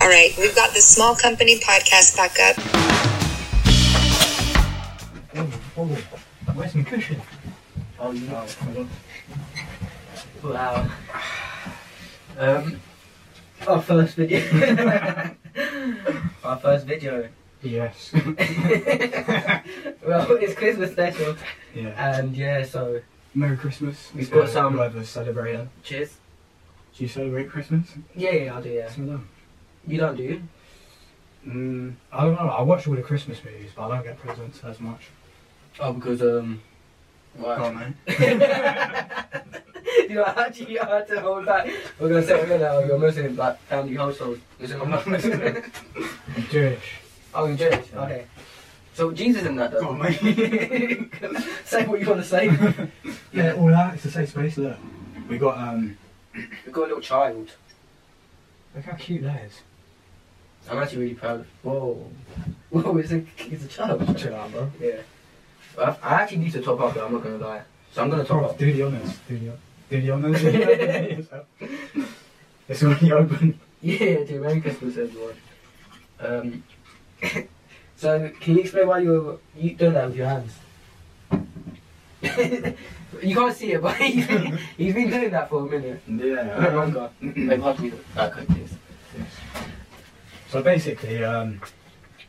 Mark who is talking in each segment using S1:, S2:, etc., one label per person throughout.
S1: right, we've got this small company podcast back up.
S2: Oh, where's my cushion? Oh, you know. Wow. Um,
S3: Our first video. Our first video.
S2: yes.
S3: well, it's Christmas special,
S2: Yeah.
S3: and yeah, so
S2: Uh, Merry Christmas.
S3: We've got
S2: Uh,
S3: some-
S2: Whoever's celebrating.
S3: cheers.
S2: Do you celebrate Christmas?
S3: Yeah, yeah, I'll do. Yeah,
S2: Yes, I do.
S3: you don't do.
S2: Mm, I don't know. I watch all the Christmas movies, but I don't get presents as much.
S3: Oh, because um.
S2: Oh,
S3: Right.
S2: man.
S3: you know, actually, you had to hold back. We're gonna say we're gonna you're Muslim, but family household. Is it not Muslim?
S2: I'm Jewish.
S3: oh, you're Jewish. Okay. So Jesus in that though.
S2: Go on, mate.
S3: say what you want to say.
S2: Yeah, all that. It's a safe space. Look, we got um.
S3: We've got a little child.
S2: Look how cute that is.
S3: I'm actually really proud of. Whoa. Whoa, it's a it's a child.
S2: Chill out, bro.
S3: Yeah. I, I actually need to top up, but I'm not gonna lie. So I'm gonna top
S2: Bro,
S3: up.
S2: do the honors. Do the, do the honors. it's already open.
S3: Yeah, dude. Merry Christmas, everyone. Um. so can you explain why you're you don't have your hands? you can't see it, but he's been, he's been doing that for a minute.
S2: Yeah.
S3: No longer. Wait, Oh, how do we look back at this?
S2: So basically, um,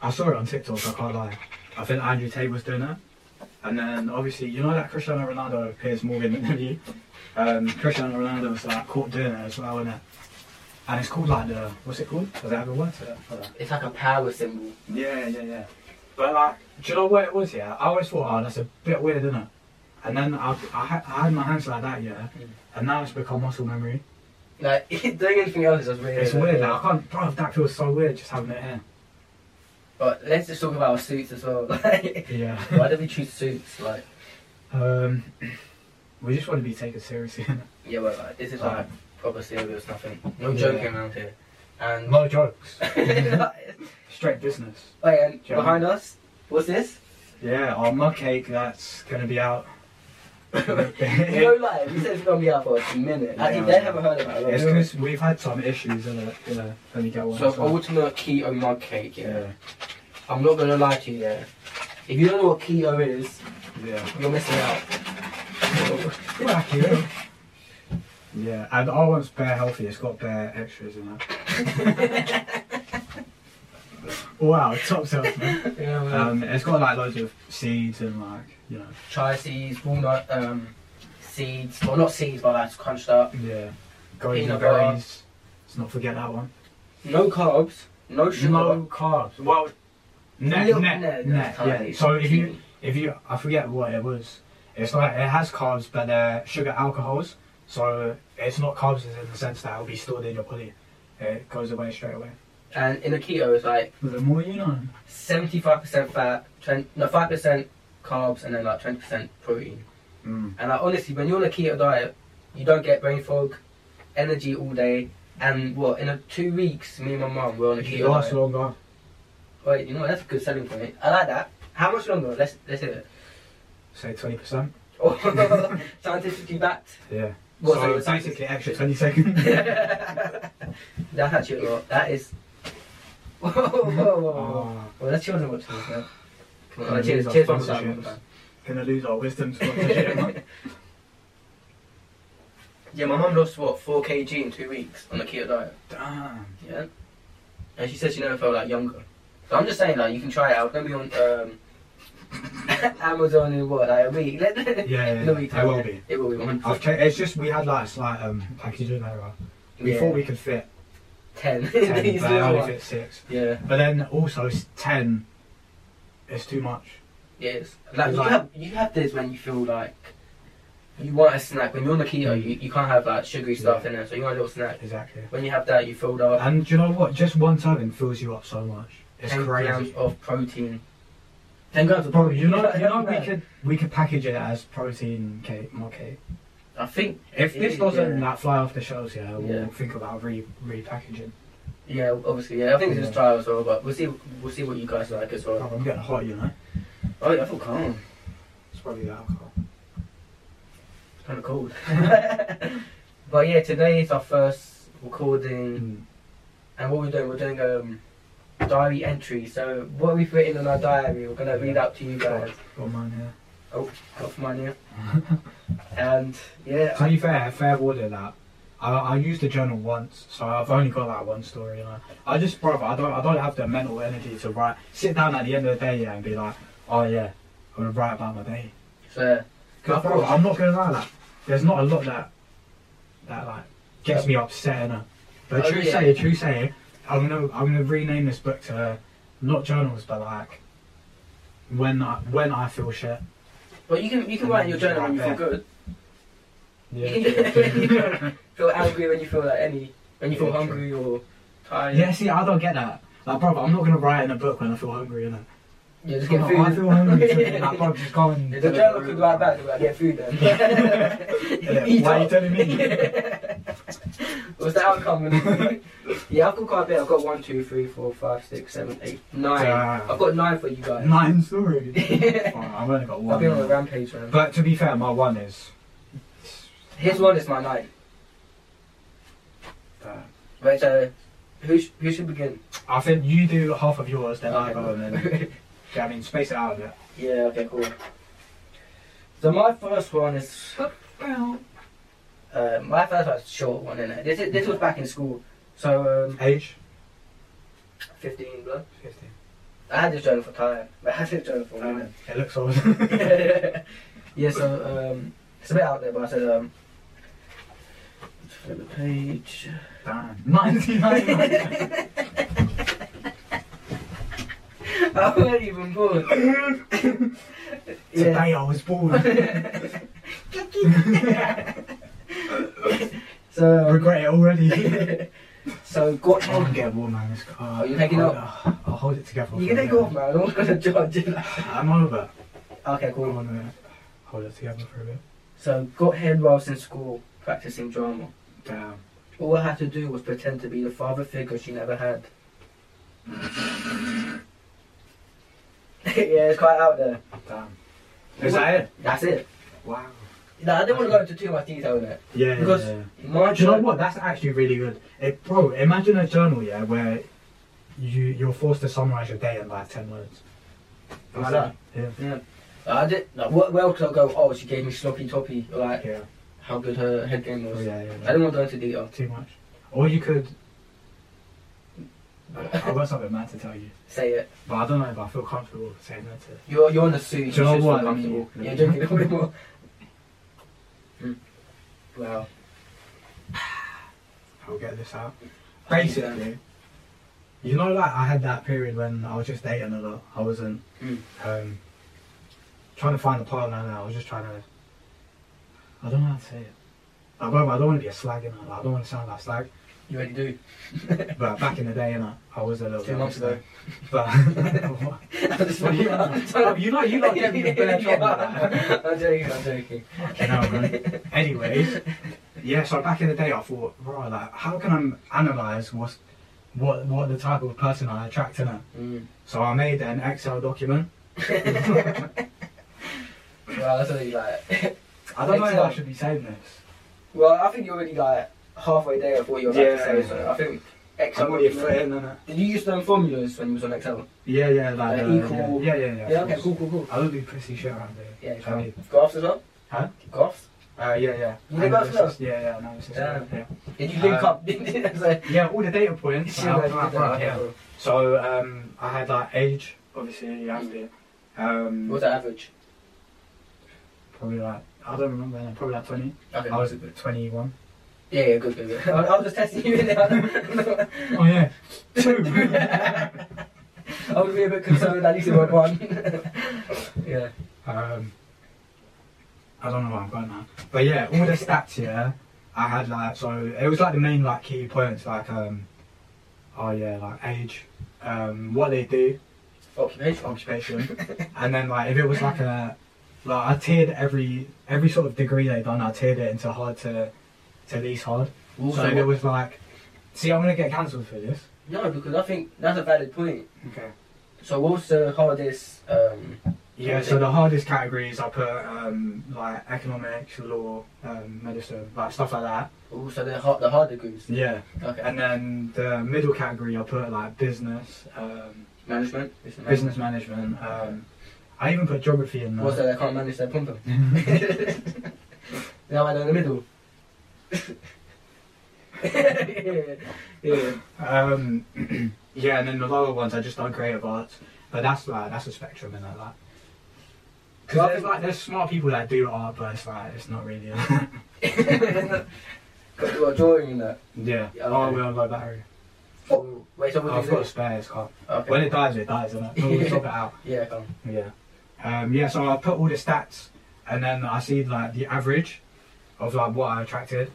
S2: I saw it on TikTok. I can't lie. I think Andrew Tate was doing that, and then obviously you know that Cristiano Ronaldo, Piers Morgan interview. Um, Cristiano Ronaldo was like caught doing it as well, innit? And it's called like the what's it called? Does it have a word to it? For that?
S3: It's like a power symbol.
S2: Yeah, yeah, yeah. But like, do you know what it was? Yeah, I always thought, oh, that's a bit weird, isn't it? And then I, I, had- I had my hands like that, yeah,
S3: Mm.
S2: and now it's become muscle memory.
S3: Like doing anything else is weird.
S2: It's weird. Like, I can't, bro. That feels so weird just having it here.
S3: But let's just talk about our suits as well. Like,
S2: Yeah.
S3: why did we choose suits? Like,
S2: Um, we just want to be taken seriously.
S3: yeah, well, like, this is like proper serious, nothing. No
S2: Yeah.
S3: joking around here. And
S2: no jokes.
S3: Wait,
S2: Straight business.
S3: and
S2: Joe.
S3: behind us, what's this?
S2: Yeah, our mug cake that's gonna be out.
S3: No
S2: it's
S3: lie, we said it's gonna be out for a minute. Actually,
S2: Yeah.
S3: they haven't heard about it.
S2: because we've had some issues, isn't it? Yeah. Let me get one.
S3: so,
S2: as well.
S3: ultimate keto mug cake, yeah.
S2: yeah,
S3: I'm not gonna lie to you, yeah. If you don't know what keto is,
S2: yeah.
S3: you're missing out.
S2: Crack you. Yeah, and our one's bear healthy. It's got bear extras in it. wow, top shelf. man.
S3: Yeah,
S2: Um, it's got like loads of seeds and like you know.
S3: Chia seeds, walnut um, seeds, well, not seeds, but that's crunched up.
S2: Yeah. Going to
S3: Peanut butter.
S2: berries. Let's not forget that one.
S3: No carbs, no sugar.
S2: No carbs. Well,
S3: A
S2: net,
S3: little-
S2: net,
S3: no,
S2: net,
S3: no, tiny.
S2: yeah. So if you, if you, I forget what it was. It's like it has carbs, but they're sugar alcohols. So it's not carbs in the sense that it'll be stored in your body. It goes away straight away.
S3: And in a keto, it's like
S2: The more you know.
S3: 75% fat, 20, no, 5% carbs, and then like 20% protein.
S2: Mm.
S3: And like honestly, when you're on a keto diet, you don't get brain fog, energy all day, and what in a two weeks, me and my mum were on a
S2: It
S3: keto
S2: lasts
S3: diet.
S2: longer.
S3: Wait, you know what? that's a good selling point. I like that. How much longer? Let's let's hit it.
S2: Say twenty percent.
S3: Oh, scientifically backed.
S2: Yeah.
S3: What's
S2: so
S3: that?
S2: basically, extra twenty seconds.
S3: That's actually a lot. That is. Whoa, whoa, whoa, whoa.
S2: oh,
S3: Well, that's children watching this now. Come on,
S2: Yeah,
S3: cheers,
S2: these
S3: cheers,
S2: are
S3: one more time, one more
S2: sponsorships.
S3: time.
S2: gonna lose our wisdom. sponsorship.
S3: Yeah, my mum lost what four kg in two weeks on a keto diet.
S2: Damn.
S3: Yeah. And she said she never felt like younger. So I'm just saying, like, you can try it out. Don't be on um, Amazon in what, like a week? Let-
S2: Yeah, yeah,
S3: in a week
S2: yeah.
S3: time,
S2: It will
S3: yeah.
S2: be.
S3: It will be one.
S2: I've checked. It's just we had like a slight um, package in there. right? We
S3: Yeah.
S2: thought we could fit
S3: ten.
S2: ten,
S3: These
S2: but I
S3: little
S2: only
S3: ones.
S2: fit six.
S3: yeah.
S2: But then also s- ten is too much.
S3: Yes. Like, you
S2: Like-
S3: have you have this when you feel like you want a snack. When you're on the keto, you, you can't have like sugary stuff
S2: Yeah.
S3: in there, so you want a little snack.
S2: Exactly.
S3: When you have that, you filled up.
S2: And do you know what? Just one serving fills you up so much. It's
S3: 10 grams
S2: crazy.
S3: of protein. Ten grams of
S2: Bro,
S3: protein.
S2: you know, you know,
S3: Yeah.
S2: we could we could package it as protein cake, more cake.
S3: I think
S2: If this
S3: Yeah.
S2: doesn't like, fly off the shelves, yeah, we'll
S3: Yeah.
S2: think about re repackaging.
S3: Yeah, obviously, yeah. I think it's just
S2: Yeah.
S3: trial as well, but we'll see. We'll see what you guys like as
S2: Oh,
S3: well.
S2: I'm getting hot, you know.
S3: Oh, yeah, I feel calm.
S2: It's probably the alcohol.
S3: It's kind of Mm. cold. but yeah, today is our first recording And what we're doing, we're doing um, diary entry. So what we've written in our diary, we're gonna read out to you guys.
S2: Got mine here.
S3: Got for mine here. And yeah,
S2: To be fair, fair warning that. I, I used the journal once, so I've only got that one story. You know, I just, brother, I don't, I don't have the mental energy to write. Sit down at the end of the day, yeah, and be like, oh yeah, I'm gonna write about my day.
S3: so
S2: Cause, brother, I'm not gonna lie, like, there's not a lot that, that like, gets me upset enough. But
S3: Oh,
S2: true
S3: yeah.
S2: say, true say, I'm gonna, I'm gonna rename this book to, uh, not journals, but like, when I, when I feel shit.
S3: but you can you can write in your journal when you feel good. You can feel angry when you feel like any when you feel
S2: Yeah, true.
S3: hungry or tired.
S2: Yeah, see, I don't get that. Like, brother, I'm not gonna write in a book when I feel hungry, innit?
S3: Yeah, just
S2: Oh,
S3: get food.
S2: I feel hungry. so, Like, brother, just go and.
S3: Yeah, the journal could write back to like, get food then.
S2: Yeah, why you telling me?
S3: What's the outcome? gonna be? yeah, I've got quite a bit. I've got one, two, three, four, five, six, seven, eight, nine.
S2: Damn.
S3: I've got nine for you guys.
S2: uh, Nine stories. Alright, I've only got
S3: I've been on a
S2: one.
S3: rampage, man.
S2: But to be fair, my one is.
S3: Here's one is my night. Right, so who, sh- who should begin?
S2: uh, I think you do half of yours, then I go, and then.
S3: Okay.
S2: Yeah, I mean, space it out a bit.
S3: yeah, okay, cool. So my first one is uh, my first one's a short one, isn't it? This, is, this was back in school, so um,
S2: Age?
S3: 15, bro.
S2: 15.
S3: I had this journal for time. I had this journal for a minute.
S2: It looks old.
S3: yeah, so um, it's a bit out there, but I said, um, flip the page.
S2: Damn. 1999.
S3: I wasn't even born. yeah.
S2: Today I was born. I
S3: so,
S2: regret it already.
S3: so got
S2: I
S3: on.
S2: get a warm man in this car.
S3: Oh, you taking
S2: I'll-
S3: it
S2: I'll hold it together.
S3: You
S2: for
S3: can
S2: a
S3: take it off,
S2: minute.
S3: man. I'm not gonna judge you.
S2: I'm over.
S3: Okay,
S2: I
S3: cool.
S2: want to hold it together for a bit.
S3: So, got head whilst in school practicing drama.
S2: Damn.
S3: All I had to do was pretend to be the father figure she never had. yeah, it's quite out there.
S2: Damn. Is that it?
S3: That's it.
S2: Wow.
S3: No, I didn't want to go into too much detail in it.
S2: Yeah. yeah,
S3: Because-
S2: yeah.
S3: My
S2: Do you know what? That's actually really good. It, bro, imagine a journal, yeah, where you you're forced to summarize your day in like ten words.
S3: Like that?
S2: Yeah.
S3: I did. Like, what where else could I go? Oh, she gave me sloppy toppy. or, Like
S2: Yeah.
S3: how good her head game
S2: Oh,
S3: was.
S2: yeah. yeah,
S3: I
S2: yeah.
S3: didn't want to go into detail.
S2: Too much. Or you could. I've got something mad to tell you,
S3: Say it.
S2: but I don't know if I feel comfortable saying that to.
S3: You're you're in a suit. You
S2: Do you know
S3: should feel
S2: what?
S3: comfortable.
S2: Yeah.
S3: Yeah, drink a little bit more. Mm. Wow.
S2: I'll get this out. Basically, you know, like I had that period when I was just dating a lot. I wasn't
S3: Mm.
S2: um, trying to find a partner. And I was just trying to. I don't know how to say it. Like, brother, I don't want to be a slag, you know. Like, I don't want to sound like a slag.
S3: You already do.
S2: But back in the day, you know, I was a little
S3: Two
S2: bit
S3: months
S2: of a
S3: ago.
S2: slag. But
S3: I just
S2: Well, you know, bro, Oh, you know, you lot give me a bad job like that.
S3: I'm joking. I'm joking.
S2: You know, bro. Anyways, yeah. So back in the day, I thought, right, like, how can I analyze what's what what the type of person I attract in
S3: Mm.
S2: So I made an Excel document.
S3: Well, that's already like.
S2: I don't know if
S3: Excel.
S2: I should be saying this.
S3: Well, I think you're already like halfway there of what you're about
S2: Yeah.
S3: to say. So I think Excel.
S2: innit?
S3: Did you use them formulas when you was on Excel?
S2: Yeah, yeah, like
S3: Like
S2: uh,
S3: equal-
S2: Yeah, yeah, yeah.
S3: Yeah. Okay. Cool. Cool. Cool.
S2: I don't do pissy shit around here.
S3: Yeah.
S2: I mean,
S3: Graphs as well.
S2: Huh?
S3: Graphs.
S2: uh, yeah, yeah.
S3: You did both of
S2: Analysis, yeah, yeah, analysis.
S3: Damn.
S2: Yeah.
S3: Did you link
S2: Uh,
S3: up? That's like-
S2: yeah, all the data points.
S3: Shit,
S2: uh,
S3: like,
S2: right,
S3: did
S2: right,
S3: that,
S2: yeah.
S3: okay,
S2: So um, I had like age, obviously you have to.
S3: cool.
S2: Um,
S3: What's the average?
S2: Probably like I don't remember. now, Probably like twenty.
S3: Okay.
S2: I was twenty-one.
S3: Yeah, yeah, good, good, good. I I was just testing you in there.
S2: Oh yeah, two.
S3: I would be a bit concerned, at least it went one. yeah.
S2: Um, I don't know where I'm going now, but yeah, all the stats here. I had like so it was like the main like key points like um, oh yeah like age, um, what they do,
S3: Occupation.
S2: occupation, and then like if it was like a like I tiered every every sort of degree they done, I tiered it into hard to to least hard. so if it was like, see, I'm gonna get cancelled for this.
S3: no, because I think that's a valid point.
S2: Okay.
S3: So what was the hardest um,
S2: Yeah, so the hardest categories I put um, like economics, law, um, medicine, like stuff like that.
S3: Ooh, so the hard, the hard degrees.
S2: Yeah,
S3: Okay.
S2: and then the middle category I put like business, um,
S3: Management.
S2: business management. Um, I even put geography in there.
S3: What's that? They can't manage their pumper. now I in the middle. yeah. yeah.
S2: Um, yeah, and then the lower ones I just done creative arts, but that's like that's a spectrum and like that.
S3: Well,
S2: Because
S3: I
S2: there's
S3: think-
S2: like there's smart people that do art, but it's like it's not really.
S3: Got to do a drawing in that.
S2: yeah.
S3: Yeah,
S2: Oh,
S3: okay.
S2: we're on low battery.
S3: Oh, wait, so
S2: Oh,
S3: what
S2: I've
S3: do
S2: got
S3: you
S2: a
S3: do?
S2: spare. It's can't.
S3: Okay.
S2: When it dies, it dies, isn't it? We'll swap it out.
S3: Yeah, come.
S2: Yeah. Um, yeah. So I put all the stats, and then I see like the average of like what I attracted.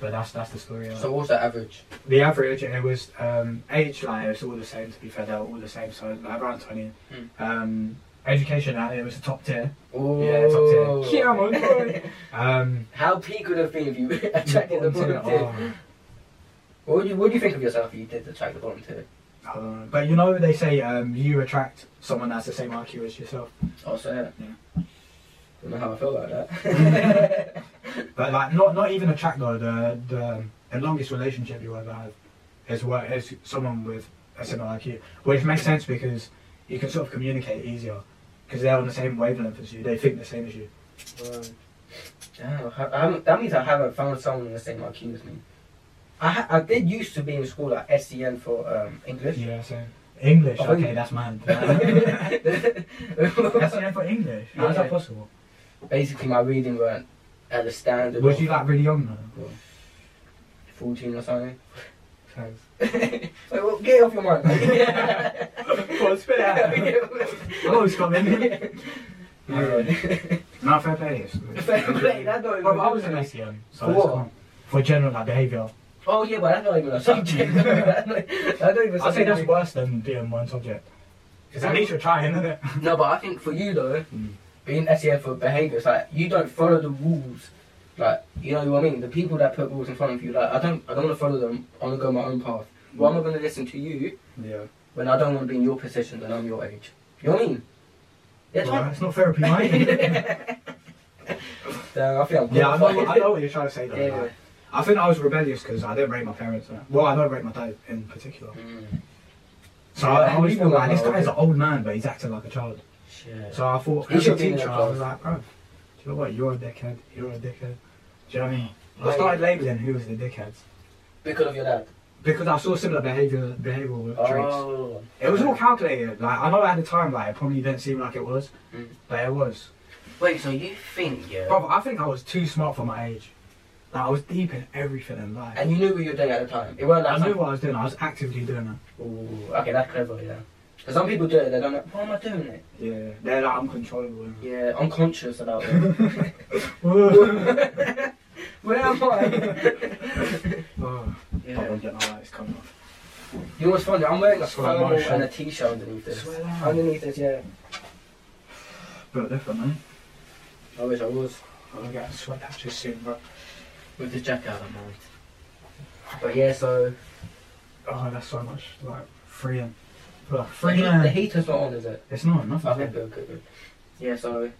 S2: But that's that's the story.
S3: So
S2: So
S3: what's the average?
S2: the average it was um, age like it was all the same to be fair they were all the same so like, around twenty.
S3: Hmm.
S2: Um, education like, it was the top tier.
S3: Oh.
S2: Yeah, top tier. Yeah, my boy. Um, Oh,
S3: How P could have been if you attracted the
S2: bottom
S3: bottom tier? What do you What do you think of yourself if you did attract the bottom tier?
S2: I don't know. But you know they say um, you attract someone that's the same IQ as yourself.
S3: Oh, so yeah.
S2: Yeah.
S3: Don't know how I feel about that.
S2: But like not not even attract though the the, the longest relationship you ever have is what is someone with a similar IQ, which makes sense because you can sort of communicate easier because they're on the same wavelength as you. They think the same as you.
S3: Right. Damn, I I haven't, that means I haven't found someone the same IQ as me. I ha- I did used to be in school at SCN for um, English.
S2: Yeah. So English.
S3: Oh,
S2: Okay,
S3: Eng-
S2: that's mine. that's the
S3: Basically,
S2: end for English. How is
S3: Yeah.
S2: that possible?
S3: my reading weren't at the standard.
S2: Was
S3: of
S2: you like really young though?
S3: 14 or something? Like, well, get off your mind.
S2: Well, spit it out. Always coming.
S3: Yeah.
S2: No, fair play. it's-
S3: Fair play, that don't even-
S2: Well, I was an SEM. So
S3: For
S2: it's
S3: what?
S2: fine. For general like, behaviour.
S3: Oh yeah, but that's not even a subject. That's not- I don't even.
S2: I'd say that's
S3: something-
S2: worse than being one subject. Because at least you're trying, isn't it?
S3: No, but I think for you though,
S2: Mm.
S3: being SEF E for behaviour, it's like you don't follow the rules. Like you know what I mean? The people that put rules in front of you, like I don't, I don't want to follow them. I want to go my own path. Why am I going to listen to you
S2: Yeah.
S3: when I don't want to be in your position and I'm your age? You know what I mean? Yeah,
S2: Well,
S3: try-
S2: it's not therapy, mate.
S3: Damn, I feel I'm
S2: yeah, I know,
S3: qualified.
S2: I know what you're trying to say, though.
S3: Yeah.
S2: like, I think I was rebellious because I didn't rate my parents. uh, Well, I don't rate my dad in particular.
S3: Mm,
S2: So I, I was
S3: People like
S2: like, this guy's
S3: that.
S2: an old man, but he's acting like a child.
S3: shit.
S2: So I thought,
S3: You
S2: as a
S3: should be in
S2: teacher,
S3: their
S2: I was
S3: class.
S2: like, bro, do you know what? You're a dickhead. You're a dickhead. Do you know what I mean? I
S3: Like-
S2: started labelling who was the dickheads
S3: because of your dad.
S2: because I saw similar behaviour, behavioural traits.
S3: Oh.
S2: It was all calculated. Like I know at the time, like it probably didn't seem like it was,
S3: Mm.
S2: but it was.
S3: Wait, so you think yeah?
S2: Brother, I think I was too smart for my age. Like I was deep in everything in life.
S3: And you knew what you were doing at the time. It wasn't like
S2: I knew
S3: some-
S2: what I was doing. I was actively doing it.
S3: Ooh, okay, that's clever. Yeah. Because some people do it. They don't know. Why am I doing it?
S2: Yeah, they're like uncontrollable. innit?
S3: Yeah, I'm conscious about it. Where am I?
S2: oh, I
S3: yeah.
S2: won't get my lights coming off.
S3: You know what's funny? I'm wearing a
S2: Swear on
S3: thermal
S2: my shirt.
S3: and a t-shirt underneath this.
S2: Swear on.
S3: Underneath this, yeah.
S2: But different, man.
S3: I wish I was
S2: I'm gonna get a sweat patch soon, but
S3: with this jacket on, man. But yeah, so
S2: oh, that's so much like freeing. Bro,
S3: the, heat, the
S2: freeing.
S3: heater's not on, is it?
S2: It's not enough.
S3: Okay,
S2: is it?
S3: good, good, good. Yeah, so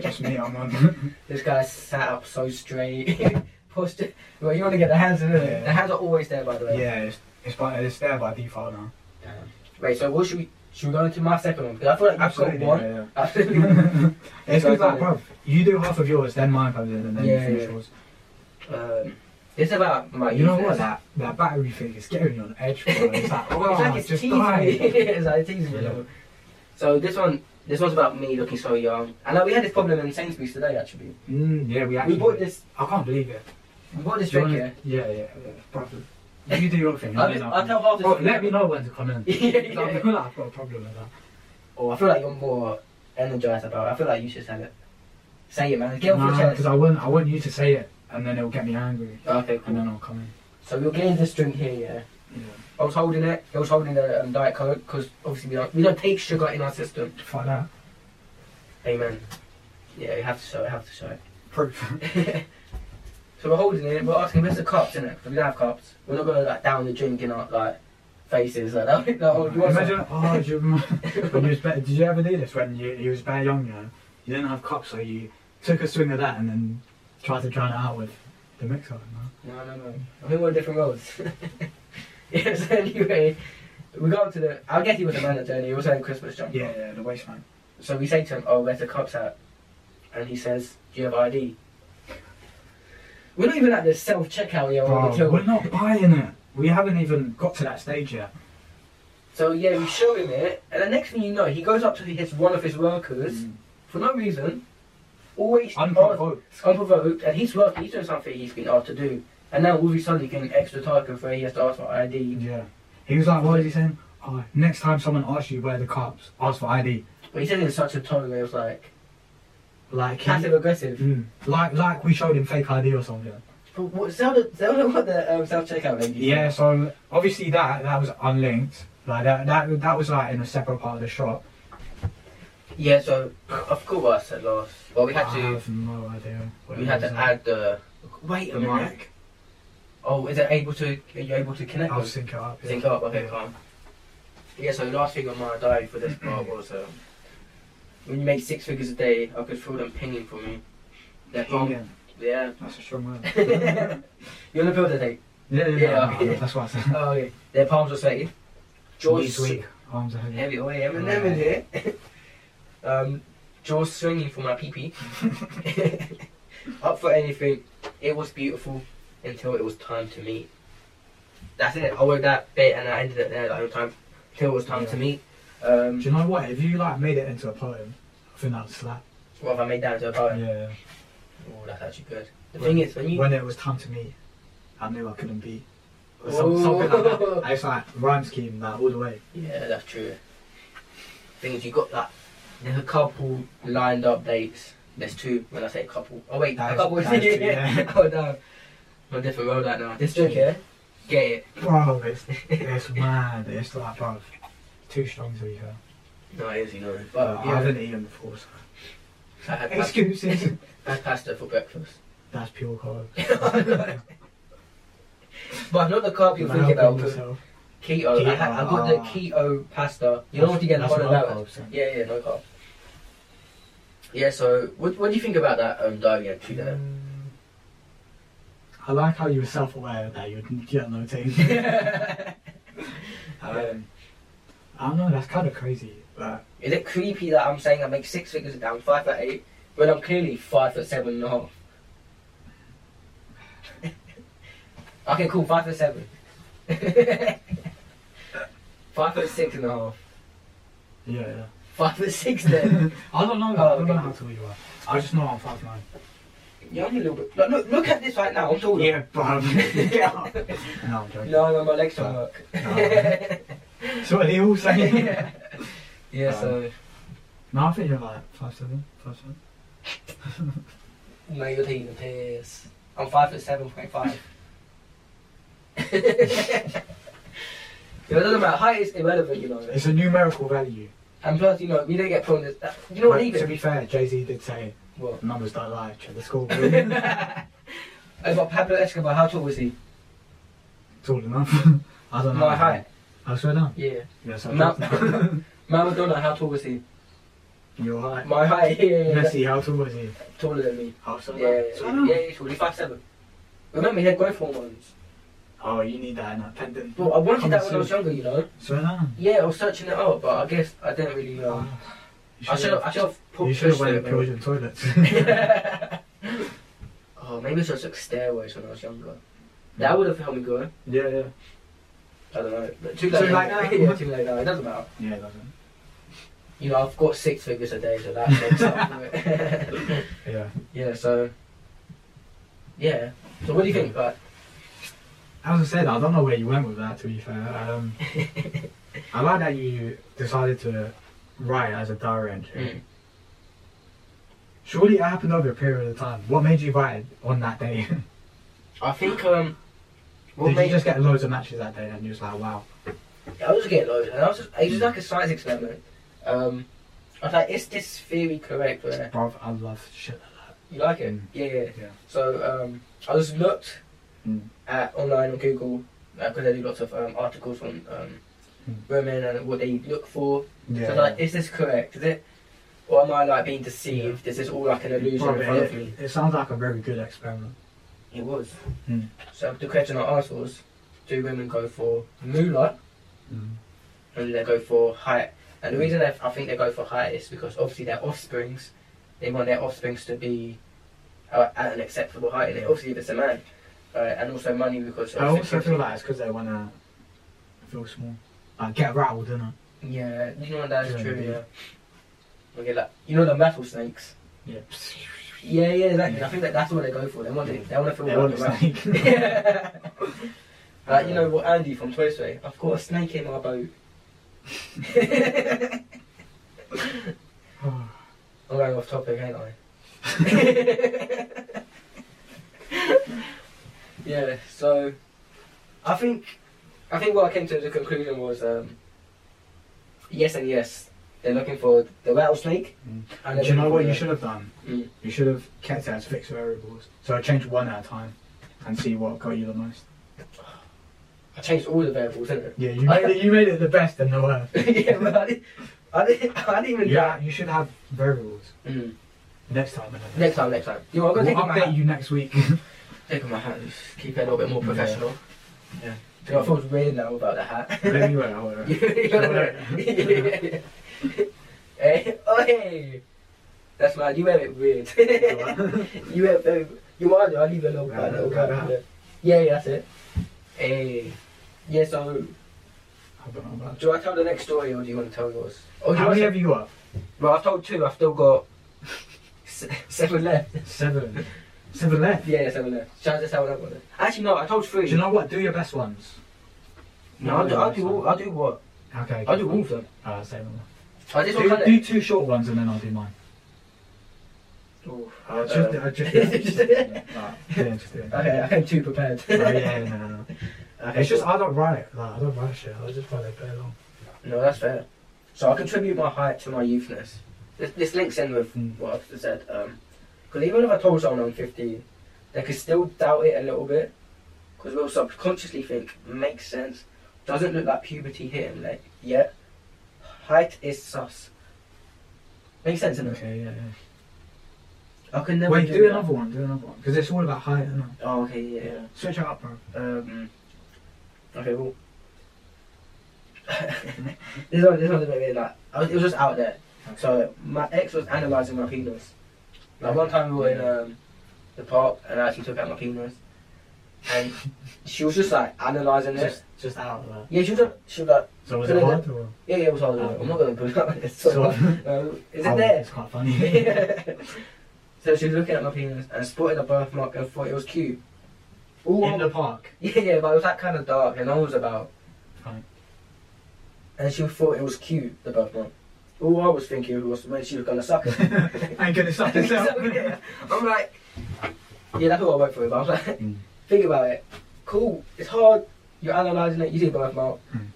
S2: Just me, I'm on.
S3: this guy sat up so straight, posture. Well, you want to get the hands in, it?
S2: Yeah.
S3: The hands are always there, by the way.
S2: yeah, it's it's by it's there by default now.
S3: Damn. Wait, so what should we? Should we go into my second one? Because I feel like you've got one.
S2: yeah, yeah.
S3: Absolutely.
S2: it's
S3: So
S2: good,
S3: it's
S2: like,
S3: like-
S2: bro, you do half of yours, then mine comes in, and then
S3: Yeah,
S2: you finish
S3: yeah.
S2: yours.
S3: um, it's about my.
S2: you know
S3: youth,
S2: what?
S3: isn't it?
S2: That, that battery thing is getting me on edge. Bro. It's like, oh,
S3: it's like it's
S2: just
S3: teasing me.
S2: die.
S3: it's like it's teasing me. a
S2: Yeah.
S3: little. So this one, this one's about me looking so young. And like, we had this problem in Sainsbury's today. Actually,
S2: Mm, yeah, we actually.
S3: we bought this,
S2: I can't believe it.
S3: we bought this
S2: Do you
S3: drink
S2: wanna-
S3: here.
S2: Yeah, yeah, yeah. Bro, you do your thing.
S3: I'll,
S2: let me
S3: just-
S2: know.
S3: I'll tell half this.
S2: Bro,
S3: story.
S2: let me know when to come in.
S3: yeah,
S2: Like, I
S3: yeah.
S2: feel like I've got a problem with that.
S3: Oh, I feel like you're more energized about. it. I feel like you should say it. Say it, man. Get off your
S2: Because
S3: chest.
S2: I want, I want you to say it, and then it'll get me angry,
S3: Okay,
S2: and
S3: cool.
S2: then I'll come in.
S3: So we were getting this drink here, yeah.
S2: Yeah.
S3: I was holding it. I was holding the um, diet coke because obviously we don't we don't take sugar in our system.
S2: Fuck that.
S3: Amen. Yeah, you have to show it. Have to show it.
S2: Proof.
S3: so we're holding it. We're asking, where's the cups in it? Because we don't have cups. We're not gonna like down the drink in our like
S4: faces. Like, that. like, oh, you want some-
S2: Imagine, oh, do you remember when you was better, did you ever do this when you, you was bare young, you know? You didn't have cups, so you took a swing of that and then tried to drown it out with the mixer. No?
S4: No, no, no. I mean, we're on different roads. yeah, so anyway, we go up to the. I guess he was a manager and he was in Christmas jumper.
S2: Yeah, yeah, the waistman.
S4: So we say to him, Oh, where's the cops at? And he says, Do you have ID? We're not even at the self checkout yet. on the
S2: Bro,
S4: till.
S2: we're not buying it. We haven't even got to that stage yet.
S4: So yeah, we show him it, and the next thing you know, he goes up to his one of his workers
S2: Mm.
S4: for no reason, always
S2: Unprovoked.
S4: unprovoked, and he's working, he's doing something he's been asked to do, and now all of a sudden he's getting extra time for he has to ask for ID.
S2: Yeah. He was like, what is he saying? Oh, next time someone asks you where the cops, ask for ID.
S4: But he said it in such a tone where it was like
S2: Like,
S4: passive aggressive.
S2: Mm. like, like we showed him fake ID or something.
S4: But what Zelda, Zelda what the um, self checkout lady?
S2: Yeah, so obviously that that was unlinked. Like that that that was like in a separate part of the shop.
S3: Yeah, so of course at last. Well, we had
S2: I
S3: to
S2: have no idea. what
S3: we
S2: it
S3: had to
S2: was.
S3: add the wait
S2: the mic. Oh,
S3: Oh, is it able to? Are you able to connect?
S2: I'll
S3: them?
S2: sync it up. yeah.
S3: Sync up. Okay, calm. Yeah, so last thing on my diary for this part was um, when you make six figures a day, I could feel them pinging for me. They're pinging.
S2: Pinging.
S3: Yeah.
S2: That's a strong word.
S3: You're on the build today.
S2: Yeah, yeah,
S3: Yeah.
S2: yeah. yeah. That's what I said.
S3: Oh, okay. Their palms are sweaty. Jaws
S2: Knees weak, arms are heavy.
S3: Heavy, oh yeah, Eminem in here. um, jaws swinging for my pee pee. Up for anything. It was beautiful until it was time to meet. That's it. I worked that bit and I ended it there the whole time. Till it was time to
S2: Yeah.
S3: meet.
S2: Do
S3: Um,
S2: you know what? If you like made it into a poem, I think that's that.
S3: what have I made that into a poem?
S2: Yeah.
S3: Oh, that's actually good. The
S2: When-
S3: thing is, when you
S2: When it was time to meet, I knew I couldn't beat. Or some, something like
S3: Ooh.
S2: that. It's like rhyme scheme that all the way.
S3: Yeah, that's true. Thing is, you got that. There's a couple lined up dates. There's two. When I say couple, oh wait,
S2: That
S3: a
S2: is-
S3: couple.
S2: that is two, yeah.
S3: oh no, I'm on a different road right now. This joke here, get it?
S2: Bro, it's, it's mad. It's like, bro, too strong to be fair.
S3: No, it is, you know. But
S2: But I
S3: yeah,
S2: Oh, haven't eaten before, so.
S3: I had, pas-
S2: Excuses.
S3: I had pasta for breakfast.
S2: That's pure colour.
S3: But not the carb you're thinking about. the Keto. I, had, I got the
S2: Keto,
S3: keto pasta. You know what you get in
S2: That's
S3: one of
S2: no
S3: those.
S2: carbs, then.
S3: Yeah, yeah, no carb. Yeah. So, what, what do you think about that um, diary entry there?
S2: Mm. I like how you were self-aware that you didn't get no team. um, I don't know. That's kind of crazy, but
S3: Is it creepy that I'm saying I make six figures a day, I'm five foot eight, when I'm clearly five foot seven and a half? okay, cool, five foot seven. five foot six and a half.
S2: yeah.
S3: Five foot six then.
S2: I don't know.
S3: Oh,
S2: I don't
S3: okay.
S2: know how tall you are. I just know I'm five nine.
S3: yeah, I'm a little bit. Look, look, look at this right now, I'm taller.
S2: Yeah, but no, I'm joking.
S3: Oh, No, no, my legs don't work.
S2: No. So what are they all saying?
S3: yeah, so.
S2: No, I think you're like five seven, five seven.
S3: No, you're taking the piss. I'm five foot seven point five. It doesn't matter. Height is irrelevant, you know.
S2: It's a numerical value.
S3: And plus, you know, we don't get put on this. that- You know what,
S2: But
S3: even.
S2: To be fair, Jay Z did say
S3: What?
S2: numbers don't lie. Check the school.
S3: I got Pablo Escobar. How tall was he?
S2: tall enough. I don't know.
S3: My height.
S2: I swear down.
S3: Yeah.
S2: Yes, I
S3: Ma-
S2: don't.
S3: Maradona. How tall was he?
S2: Your height.
S3: My height. Yeah. yeah, yeah.
S2: Messi, how tall was he?
S3: Taller than me.
S2: Half so
S3: Yeah. Yeah. yeah he's tall. He's five seven. Remember, he had growth hormones.
S2: Oh, you need that in that pendant.
S3: Well, I wanted
S2: Come
S3: that
S2: on,
S3: when I was
S2: see.
S3: younger, you know.
S2: Swear down. Uh,
S3: Yeah, I was searching it up, but I guess I didn't really know. I should have. I should have put.
S2: You should have
S3: pushed
S2: went
S3: it,
S2: to Puritan toilets.
S3: maybe. oh, maybe I should have took stairways when I was younger. That would have helped me grow.
S2: yeah, yeah.
S3: I don't know. But too
S2: Too
S3: late,
S2: late
S3: now.
S2: now.
S3: yeah, too late now. It doesn't matter.
S2: Yeah, it doesn't.
S3: You know, I've got six figures a day, so that makes up for it.
S2: Yeah.
S3: yeah, so. Yeah. So what do you think? Like,
S2: As I said, I don't know where you went with that, to be fair. Um, I like that you decided to write as a diary entry.
S3: Mm.
S2: Surely it happened over a period of time. What made you write it on that day?
S3: I think um. What
S2: Did
S3: made,
S2: you just get loads of matches that day and you was like, wow?
S3: I was getting loads, and I was just, it was like a science experiment. Um, I was like, is this theory correct? Where
S2: Bruv, I love shit.
S3: you like it?
S2: Mm.
S3: Yeah, yeah.
S2: Yeah.
S3: So um, I just looked
S2: Mm.
S3: at online on Google because I do lots of um, articles on um, women and what they look for.
S2: Hmm. Yeah.
S3: So like, is this correct? Is it, or am I like being deceived? Is this all like an illusion in
S2: Probably,
S3: front of me?
S2: it, it sounds like a very good experiment.
S3: It was.
S2: Hmm.
S3: So the question I asked was, do women go for moolah Mm. and do they go for height? And the reason I, I think they go for height is because obviously their offsprings, they want their offsprings to be uh, at an acceptable height. And obviously if it's a man, uh, and also money because
S2: I also
S3: obviously-
S2: feel like it's because they want to feel small. Like, get rattled, innit?
S3: yeah, you know that's
S2: Yeah,
S3: true.
S2: yeah.
S3: Yeah. Okay, like you know the rattlesnakes.
S2: Yeah.
S3: Yeah, yeah, exactly.
S2: Yeah.
S3: I think that that's what they go for. They want to, they want to feel
S2: They
S3: like
S2: want
S3: a
S2: a
S3: rat.
S2: snake.
S3: like you know what Andy from Toy Story, I've got a snake in my boat. I'm going off topic, ain't I? yeah, so I think I think what I came to the conclusion was um, yes and yes. They're looking for the rattlesnake.
S2: Mm.
S3: And
S2: Do
S3: they're
S2: you know
S3: looking for
S2: what you
S3: the-
S2: should have done?
S3: Mm.
S2: You should have kept it as fixed variables. So I changed one at a time and see what got you the most.
S3: I changed all the variables, didn't
S2: Yeah, you made it, you made it the best and the worst.
S3: I? yeah, but I didn't, I didn't, I didn't even
S2: Yeah, you should have variables
S3: Mm.
S2: next time. innit?
S3: Next time, next time. You know, I'm
S2: We'll
S3: gonna take off my
S2: update
S3: hat.
S2: you next week.
S3: Take off my hat. and just Keep it a little bit more professional.
S2: Yeah.
S3: You know, I feel weird now about the hat.
S2: Maybe we're out
S3: You know? hey, oh hey, that's mad. You wear it weird. you wear it very. You are. I leave it alone.
S2: Round
S3: Right,
S2: it,
S3: little
S2: round
S3: bit.
S2: it
S3: Yeah, yeah, that's it. Hey, yeah. So,
S2: I don't know about
S3: do I tell the next story or do you want to tell yours? Oh, do
S2: that.
S3: you
S2: How
S3: want
S2: many
S3: to-
S2: have you got?
S3: Well, I've told two. I've still got se- seven left.
S2: Seven. Seven left.
S3: Yeah, seven left. Shall I just have another one? then? Actually, no. I told three.
S2: Do you know what? Do your best ones.
S3: No, I'll do, I'll do, all- I'll do what?
S2: Okay.
S3: I'll do all of them.
S2: Uh, same one.
S3: I just
S2: Do,
S3: want to
S2: do two short ones and then I'll do mine.
S3: Oof.
S2: Uh, just, uh, just,
S3: Just-
S2: yeah, just do it.
S3: Okay, I am too prepared.
S2: Oh, yeah, no, no, no. It's just I don't write it. Like, I don't write shit. I just write it very long.
S3: No, that's fair. So I contribute my height to my youthness. This, this links in with
S2: Mm.
S3: what I've said. Because even if I told someone I'm 15, they could still doubt it a little bit. Because we'll subconsciously think, makes sense. Doesn't look like puberty hit him like, yet. Height is sus. Makes sense, doesn't it?
S2: Okay, yeah, yeah.
S3: I can never
S2: Wait,
S3: do,
S2: do
S3: that.
S2: another one. Do another one. Because it's all about height. Isn't it?
S3: Oh, okay, yeah. yeah.
S2: Switch it up, bro.
S3: Um, okay, well. this one, this one's a bit weird. Like, I was, it was just out there. So my ex was analysing my penis. Like one time we were in um, the park and I actually took out my penis, and she was just like analysing it.
S2: Just, just out of that.
S3: Yeah, she was. Like, she was like,
S2: So was
S3: So
S2: it
S3: then
S2: hard or?
S3: yeah, yeah, it was hard. I'm not gonna put it on this.
S2: So-
S3: So, um, is it
S2: Oh,
S3: there?
S2: It's quite funny.
S3: so she was looking at my penis and spotted a birthmark and thought it was cute. All
S2: In the park.
S3: Yeah, yeah, but it was that kind of dark, and I was about.
S2: Right.
S3: And she thought it was cute, the birthmark. All I was thinking was when she was gonna suck it.
S2: Ain't gonna stop itself.
S3: So, yeah, I'm like, yeah, that's what I went for. But I was like,
S2: Mm.
S3: think about it. Cool, it's hard. You're analysing it. You see a birthmark.
S2: Mm.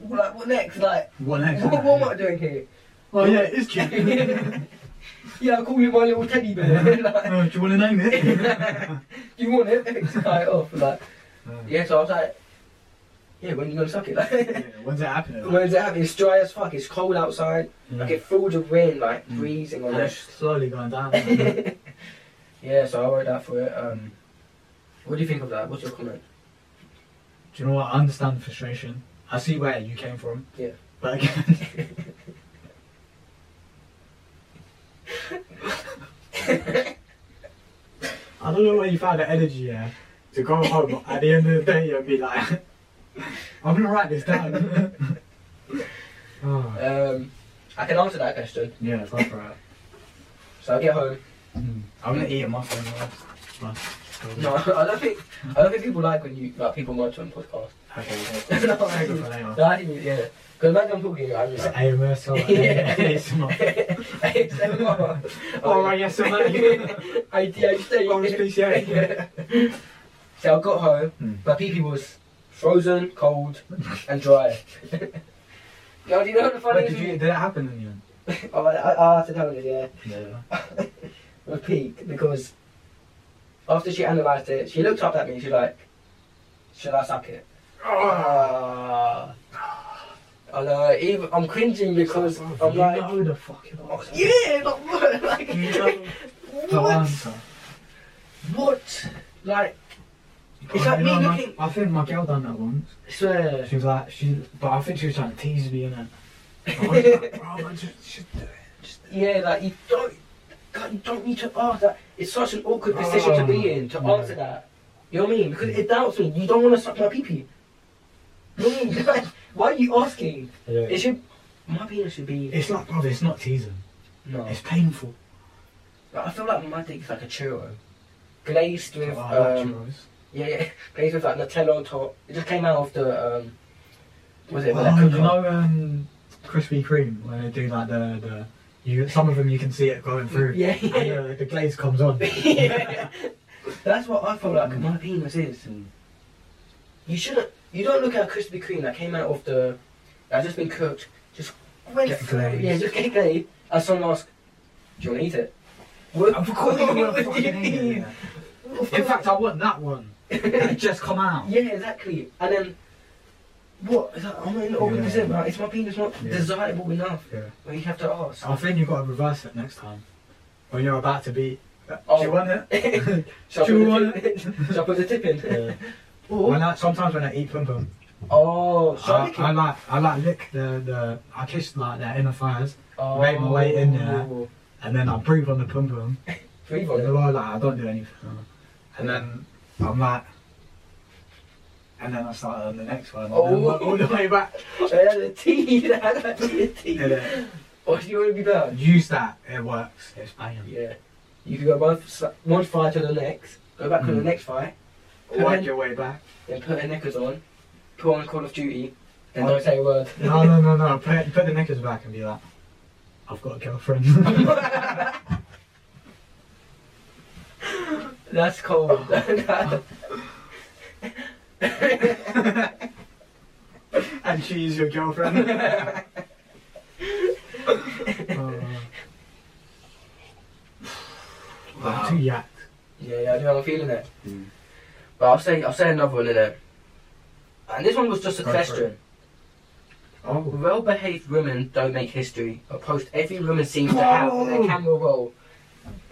S3: Well, Like, what next? Like,
S2: What next?
S3: what, what am I doing here?
S2: Oh yeah, it's cute.
S3: yeah, I call you my little teddy bear. like,
S2: Uh, do you want to name it?
S3: Do you want it? It's like off. Like, yeah, so I was like, yeah, when you gonna suck it?
S2: Yeah,
S3: Like,
S2: when's that happening?
S3: when's it happening? It's dry as fuck. It's cold outside.
S2: Yeah.
S3: Like it feels the wind, like
S2: Mm.
S3: breezing on
S2: And it's
S3: it.
S2: slowly going down. isn't it?
S3: yeah, so I wrote that for it. Um,
S2: um,
S3: what do you think of that? What's your comment?
S2: do you know what? I understand the frustration. I see where you came from.
S3: Yeah.
S2: But again, I don't know where you found the energy yeah, to go home at the end of the day and be like, I'm gonna write this down. oh,
S3: Um, I can answer that question.
S2: yeah, go for it.
S3: So I get home.
S2: Mm. I'm gonna eat a muffin. last.
S3: No, I don't think I don't think people like when you like people watch on podcast.
S2: Okay.
S3: no, I
S2: Save it
S3: mean,
S2: for later.
S3: no, I didn't, yeah. Because imagine I'm talking, I'm just
S2: It's
S3: like,
S2: AMS. so like,
S3: Yeah.
S2: it's not.
S3: ASMR.
S2: All right, yes, I'm not.
S3: ADHD.
S2: Orange PCA.
S3: So I got home.
S2: Hmm.
S3: My pee pee was frozen, cold, and dry. Yo, do you know what the funny
S2: Wait, did, you, did it happen in the end?
S3: Oh, I, I, I have to tell you, yeah.
S2: Yeah.
S3: with Peak because after she analysed it, she looked up at me. She's like, Should I suck it?
S2: Oh,
S3: Uh, I know, uh, even, I'm cringing because I'm
S2: Oh, you
S3: like,
S2: know the fucking answer.
S3: yeah, like what? Like,
S2: You know the
S3: what?
S2: answer.
S3: What? Like, It's
S2: Oh,
S3: like
S2: you
S3: me
S2: know, my-
S3: looking-
S2: I think my girl done that once.
S3: I swear.
S2: She was like, she, but I think she was trying to tease me, innit? I was like, bro, I just, just do it. Just do it.
S3: Yeah, like you don't, God, you don't need to ask that. It's such an awkward position to be in to
S2: Oh, no.
S3: answer that. You know what I mean? Because it doubts me. You don't want to suck my pee pee. You know what I mean? Like, why are you asking? It
S2: It's,
S3: should, my penis should be
S2: it's not, bro, it's not teasing.
S3: no.
S2: It's painful.
S3: Like, I feel like my dick's like a churro, glazed
S2: Oh,
S3: with
S2: I like
S3: um,
S2: churros.
S3: yeah, yeah, glazed with like Nutella on top. It just came out of the um, was it? with that
S2: Oh, you
S3: cooker?
S2: know um, Krispy Kreme when they do like the the you some of them you can see it going through.
S3: Yeah, yeah.
S2: And, uh, the glaze comes on.
S3: Yeah. That's what I feel like my penis is. You shouldn't. You don't look at a Krispy Kreme that came out of the that's just been cooked. Just went
S2: Get
S3: through-
S2: glazed.
S3: Yeah, just get glazed. And someone asks, "Do you want to eat it?" What,
S2: Of course you
S3: what
S2: wanna
S3: do you
S2: fucking eat
S3: mean?
S2: it. In fact, I want that one. It just come out.
S3: Yeah, exactly. And then what? Is that, I'm in the awkward
S2: Yeah.
S3: position. Like, is my penis not
S2: Yeah. Oh,
S3: desirable enough?
S2: Yeah.
S3: Where you have to ask.
S2: I think you've got to reverse it next time when you're about to be. uh,
S3: Oh.
S2: Do you want it?
S3: Shall I
S2: Do
S3: put
S2: you
S3: the
S2: want
S3: tip- Shall I put the tip in? Or-
S2: When I, sometimes when I eat pum pum,
S3: oh, shall I
S2: I,
S3: lick it?
S2: I like I like lick the the I kiss like their inner thighs
S3: oh.
S2: make my way in there. and then I breathe on the pum pum
S3: Breathe on
S2: Well,
S3: it.
S2: they're all like, I don't do anything. And then I'm like, and then I start on the next one. Oh. And then I'm all the way back.
S3: That's a T. That's a T.
S2: And then
S3: Or do you want to be bad?
S2: use that. It works. It's banging.
S3: Yeah. You can go one, s- one fight to the next, go back to the
S2: Mm.
S3: next fight,
S2: Work
S3: When-
S2: your way back.
S3: then put a knickers on, put on Call of Duty, and don't say a word.
S2: No, no, no, no. Put, put the knickers back and be like, I've got a girlfriend.
S3: That's cold.
S2: and she's your girlfriend. Oh.
S3: Wow.
S2: Too yacked.
S3: Yeah, yeah, I do have a feeling it.
S2: Mm.
S3: But I'll say, I'll say another one in it. And this one was just a
S2: Go for
S3: question.
S2: Oh.
S3: Well-behaved women don't make history. A post every woman seems to have on their
S2: Whoa.
S3: camera roll.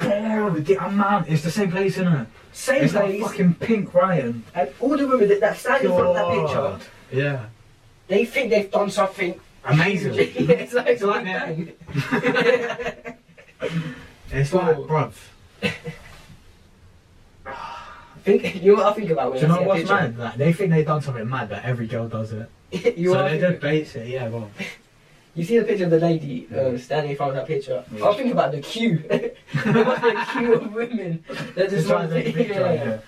S2: Oh, the- I'm mad. It's the same place, isn't it?
S3: Same
S2: It's that
S3: place.
S2: fucking pink Ryan.
S3: And all the women that, that stand in front of that picture,
S2: Yeah.
S3: they think they've done something.
S2: Amazing.
S3: Yeah, it's like,
S2: It's like
S3: bang.
S2: It's like, bruv.
S3: Think, you know what I think about
S2: Do
S3: when
S2: you
S3: I
S2: know
S3: see a
S2: what's
S3: picture?
S2: mad? Like, they think they've done something mad, but every girl does it.
S3: you,
S2: so
S3: know what
S2: they
S3: I
S2: just
S3: think?
S2: base it, yeah, well.
S3: you see the picture of the lady um,
S2: Yeah.
S3: standing in front of that picture.
S2: Yeah.
S3: I'll think about the queue. there must be a queue of women. They're just
S2: Just trying to
S3: one-
S2: take a picture,
S3: yeah.
S2: yeah.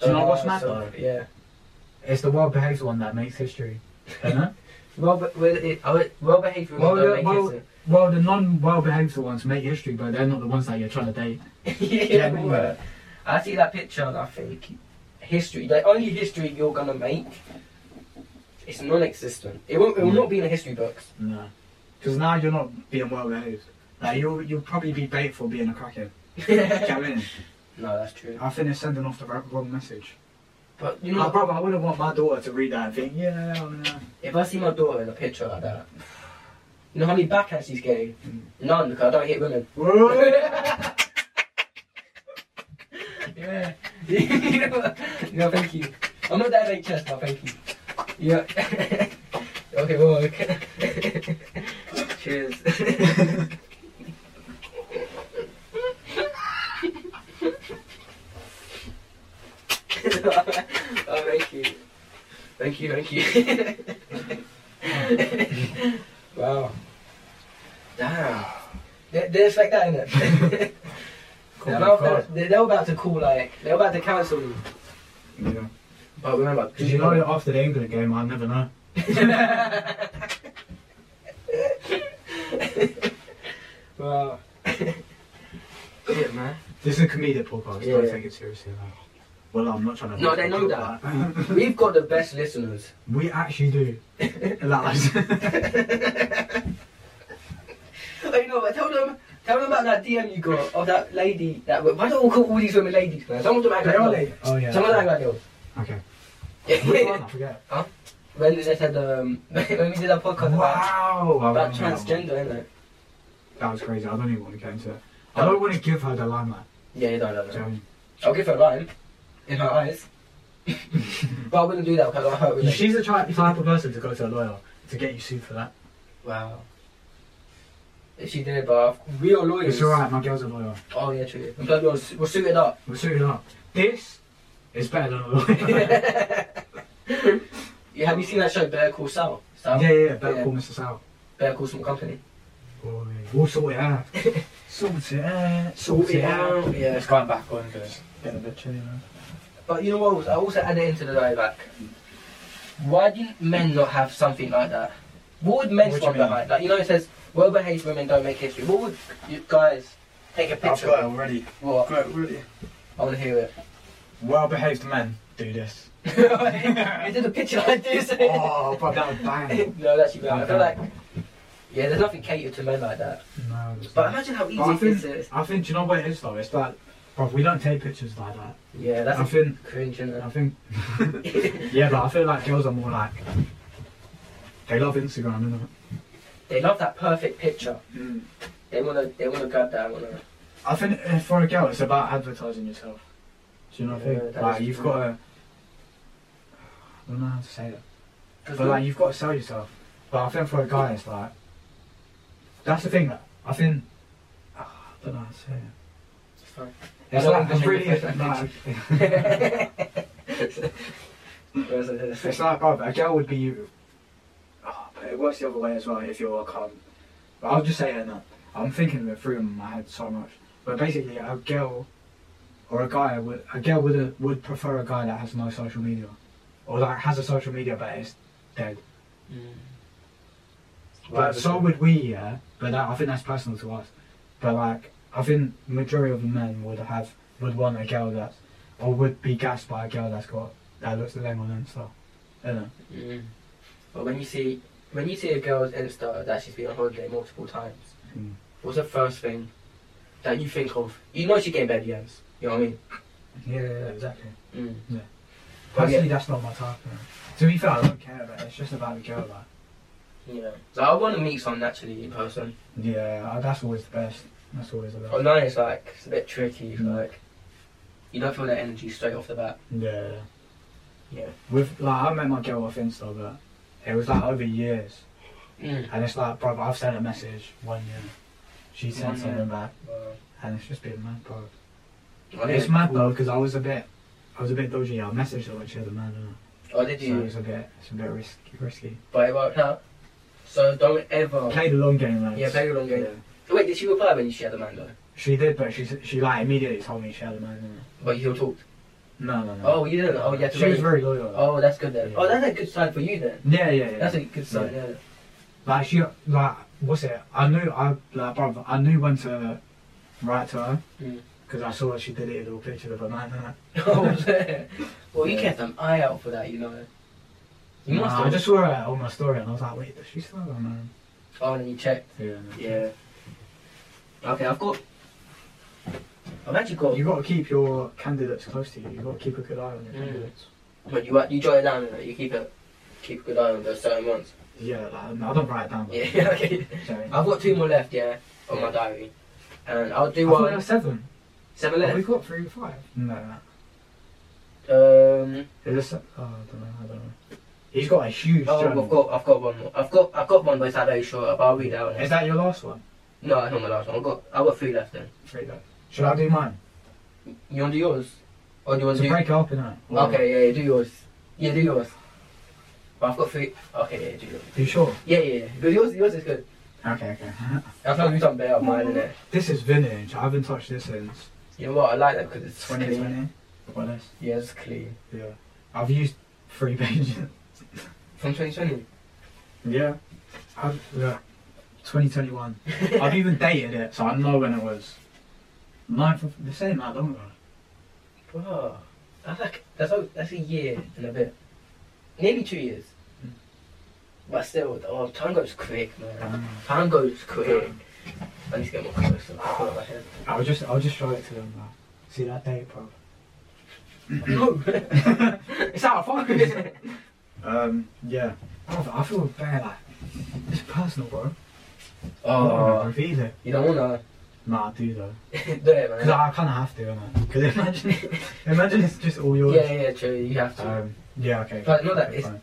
S2: Do you know what's
S3: Uh,
S2: mad
S3: so,
S2: though?
S3: Yeah.
S2: It's the well behaved one that makes history. Isn't
S3: Well, but well, it, I would- well behaved women
S2: Well,
S3: don't
S2: yeah,
S3: make
S2: well-
S3: history.
S2: it? Well, the non well behaved ones make history, but they're not the ones that you're trying to date.
S3: yeah,
S2: Yeah,
S3: well, I see that picture and I think history, the only history you're gonna make, is non-existent. It won't. It will
S2: Mm.
S3: not be in the history books.
S2: No. Because now you're not being well behaved. Like, you'll, you'll probably be bait for being a crackhead. Do you know what I mean?
S3: No, that's true.
S2: I think they're sending off the wrong wrong message.
S3: But you
S2: My
S3: know,
S2: brother, I wouldn't want my daughter to read that and think, yeah, I'm, uh,
S3: if I see my daughter in a picture like that, you know how many backhands she's getting?
S2: Mm.
S3: None, because I don't hit women. Yeah. no, thank you. I'm not that big chest, no, thank you. Yeah. okay, well, okay. Cheers. oh, thank you. Thank you, thank you. wow. Damn. They, they expect that, innit?
S2: Cool,
S3: they're, about,
S2: God.
S3: they're, they're about to call, like, they're about to cancel you.
S2: Yeah.
S3: But remember,
S2: Because you know that after the England game, I never know.
S3: Wow. Shit, man.
S2: This is a comedic podcast.
S3: Yeah,
S2: don't
S3: yeah.
S2: take it seriously. Like. Well, I'm not trying to.
S3: No, they know that.
S2: but-
S3: We've got the best listeners.
S2: we actually do. Lies.
S3: Oh, you know what? Tell them, tell them about that DM you got of that lady. That why don't we call all these women ladies, man? Some of them act like girls.
S2: Oh yeah.
S3: Some of them act like girls.
S2: Okay. Which one?
S3: Yeah.
S2: I forget.
S3: when they said um, when we did our podcast about,
S2: Wow. I
S3: about
S2: remember that one.
S3: transgender, isn't it?
S2: That was crazy. I don't even want to get into it. I don't want to give her the limelight.
S3: Yeah, you don't know.
S2: do you know what I mean?
S3: I'll give her a line in her eyes, but I wouldn't do that because I hurt. Really.
S2: She's the type type of person to go to a lawyer to get you sued for that.
S3: Wow. If she did it, but we are lawyers.
S2: It's alright, my girl's a lawyer.
S3: Oh yeah, true. And plus, we'll, su- we'll suit it up.
S2: We're suited up. This is better than a lawyer.
S3: Yeah, have you seen that show Better Call Saul? Saul?
S2: yeah, yeah, yeah. Better
S3: Yeah.
S2: call Mr. Sal.
S3: Better Call Small Company.
S2: Boy, We'll sort it out. sort it out. Sort it out.
S3: Yeah.
S5: It's going back on because
S2: Get a bit chilly, man.
S3: But you know what? else? I also added into the day back. Why do men not have something like that? What would men
S2: What do
S3: stand
S2: you mean?
S3: behind? Like you know, it says well behaved women don't make history. What would you guys take a
S2: I've
S3: picture?
S2: got it
S3: of?
S2: already.
S3: What?
S2: Got it already.
S3: I want to hear it.
S2: Well behaved men do this.
S3: you did a picture like this.
S2: Oh, but that would bang.
S3: no, that's you. I feel like yeah, there's nothing catered to men like that.
S2: No, it's
S3: But
S2: not.
S3: imagine how easy
S2: But I
S3: it is.
S2: think,
S3: to-
S2: I think, do you know what it is though? It's that, bruv, we don't take pictures like that.
S3: Yeah,
S2: I
S3: that's
S2: think,
S3: cringe, isn't
S2: I
S3: it?
S2: think, yeah, but I feel like girls are more like, they love Instagram, innit?
S3: They love that perfect picture.
S2: Mm.
S3: They wanna, they wanna grab that. Wanna.
S2: I think uh, for a girl, it's about advertising yourself. Do you know what
S3: Yeah,
S2: I think?
S3: that
S2: Like,
S3: is
S2: you've
S3: true.
S2: got to, I don't know how to say that. But like you've got to sell yourself. But I think for a guy, it's like that's the thing. that I think ah, I don't know how to say it.
S3: Fine.
S2: It's
S3: I don't
S2: like it's
S3: actually
S2: really
S3: get that
S2: like, it's
S3: Whereas-
S2: like brother, a girl would be. Oh, but it works the other way as well if you're a cunt. But I'll just say it now. I'm thinking of it through in my head so much. But basically, a girl or a guy would a girl would would prefer a guy that has no social media, or like has a social media but it's dead. But so would we, yeah. But that, I think that's personal to us. But like, I think majority of men would have would want a girl that's or would be gassed by a girl that's got that looks at them on Insta. You know?
S3: Mm. But when you see when you see a girl's Insta that she's been on holiday multiple times,
S2: Mm.
S3: what's the first thing that you think of? You know she's getting bad DMs. You know what I mean?
S2: Yeah, yeah, yeah, exactly.
S3: Mm.
S2: Personally, that's not my type. Man. To be fair, I don't care about it. It's just about the girl. Like,
S3: Yeah. So I want to meet someone naturally in person.
S2: yeah, Oh, I- uh, that's always the best. That's always the best.
S3: Online it's like it's a bit tricky.
S2: Mm.
S3: Like you don't feel that energy straight off the bat.
S2: Yeah.
S3: Yeah.
S2: With like, I met my girl off Insta, but it was like over years, and it's like, bro, I've sent a message one year. She sent
S3: One year.
S2: something back.
S3: Wow.
S2: and it's just been mad, bro.
S3: Oh,
S2: It's
S3: did-
S2: mad though, because I was a bit, I was a bit dodgy. I messaged her when she was a man, and
S3: oh, did
S2: so
S3: you?
S2: it's a bit, it's a bit risky. Risky.
S3: But it worked out. So don't ever.
S2: Play the long game, lads.
S3: Oh. Yeah, play the long game. Wait, did she reply when she had the man though?
S2: She did, but she s- she like immediately told me she had a man. innit?
S3: But you still talked.
S2: No, no, no.
S3: Oh, you didn't. Oh, yeah.
S2: she was very loyal.
S3: Oh, that's good then.
S2: Yeah.
S3: Oh, that's a good sign for you then.
S2: Yeah, yeah, yeah.
S3: That's a good sign. Yeah.
S2: like she, like what's it? I knew, I like, bro, I knew when to write to her
S3: Mm.
S2: because I saw she deleted all pictures of her man. innit?
S3: Oh, well, you
S2: Yeah.
S3: kept an eye out for that, you know. You must
S2: Nah, I
S3: have.
S2: just saw her on my story, and I was like, wait, does she still have a man?
S3: Oh, and then you checked.
S2: Yeah.
S3: Yeah. Okay, I've got. I've actually got.
S2: You got to keep your candidates close to you. You got to keep a good eye on your
S3: Mm.
S2: candidates.
S3: But you you jot it down. You, know, you keep it. Keep a good eye on those certain ones.
S2: Yeah, like, I don't write it down. but-
S3: Yeah. Okay.
S2: Sorry. I
S3: I've got two more left. Yeah. On my diary, and I'll do
S2: thought there
S3: one.
S2: were seven.
S3: Seven
S2: Have we
S3: left.
S2: got three or five? No, no.
S3: Um.
S2: Is this? Oh, I don't know. I don't know. He's got a huge.
S3: Oh,
S2: journal.
S3: I've got, I've got one more. I've got, I've got one, but it's not very short. But I'll read it out.
S2: Is that your last one?
S3: No, that's not my last one. I've got, I've got three left then.
S2: Three. Though. Should I do mine?
S3: You want to do yours? Or do you want
S2: To
S3: to do...
S2: break it up, innit? Or-
S3: Okay, yeah, yeah, do yours. Yeah, do yours. But I've got three... Okay, yeah, do yours.
S2: You sure?
S3: Yeah, yeah, yeah. Because yours, yours is good.
S2: Okay, okay.
S3: I'm trying to do something better on mine, innit?
S2: this is vintage. I haven't touched this since
S3: You know what? I like that because it's clean.
S2: 2020. What else?
S3: Yeah, it's clean.
S2: Yeah. I've used three pages.
S3: From 2020.
S2: yeah. I've, yeah. 2021. I've even dated it, so I know when it was. 9th of, this ain't that long ago.
S3: Wow. That's like... That's a, that's a year and a bit. Nearly two years.
S6: Hmm.
S2: Mm.
S3: But still, oh, time goes quick, man.
S2: Um,
S3: Time goes quick. I need to get more closer. I can't my head.
S2: I'll just I'll just show it to them now. See that date, bro.
S7: No. it's out of focus.
S6: Um, yeah. Bro, I feel bad. Like, it's personal, bro. Uh, I don't wanna
S7: Oh,
S6: reveal it.
S7: you don't wanna
S6: Nah, I do though.
S7: do it,
S6: Because
S7: man.
S6: I kind of have to, innit? Because imagine, imagine it's just all yours.
S7: Yeah, yeah, true. You have to.
S6: Um, yeah, okay.
S7: But no, that
S6: okay,
S7: is-
S6: fine.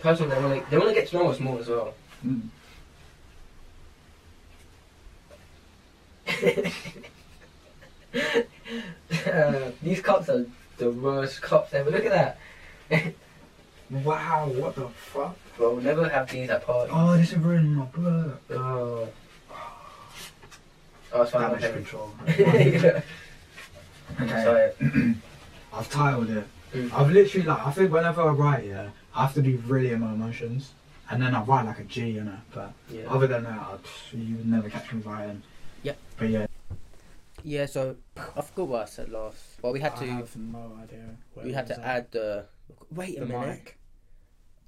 S7: Personally, they wanna they wanna get to know us more as well.
S6: Mm.
S7: Uh, these cups are the worst cups ever. Look at that.
S6: Wow, what the fuck?
S7: Bro, we'll never have these at parties.
S6: Oh, this is ruining my blood.
S7: Oh. Oh, it's fine.
S6: Damage
S7: Okay.
S6: control.
S7: yeah.
S6: okay.
S7: Sorry.
S6: I've titled it.
S3: Hmm.
S7: Mm.
S6: I've literally like I think whenever I write, yeah, I have to be really in my emotions, and then I write like a G, you know. But
S7: Yeah.
S6: other than that, I, pff, you would never catch me writing.
S3: Yeah.
S6: But yeah.
S3: Yeah, so I forgot what I said last. Well, we had
S2: I
S3: to
S2: have no idea. where
S3: we had
S2: it
S3: to
S2: was at.
S3: add the. Wait a
S2: The
S3: minute.
S2: mic.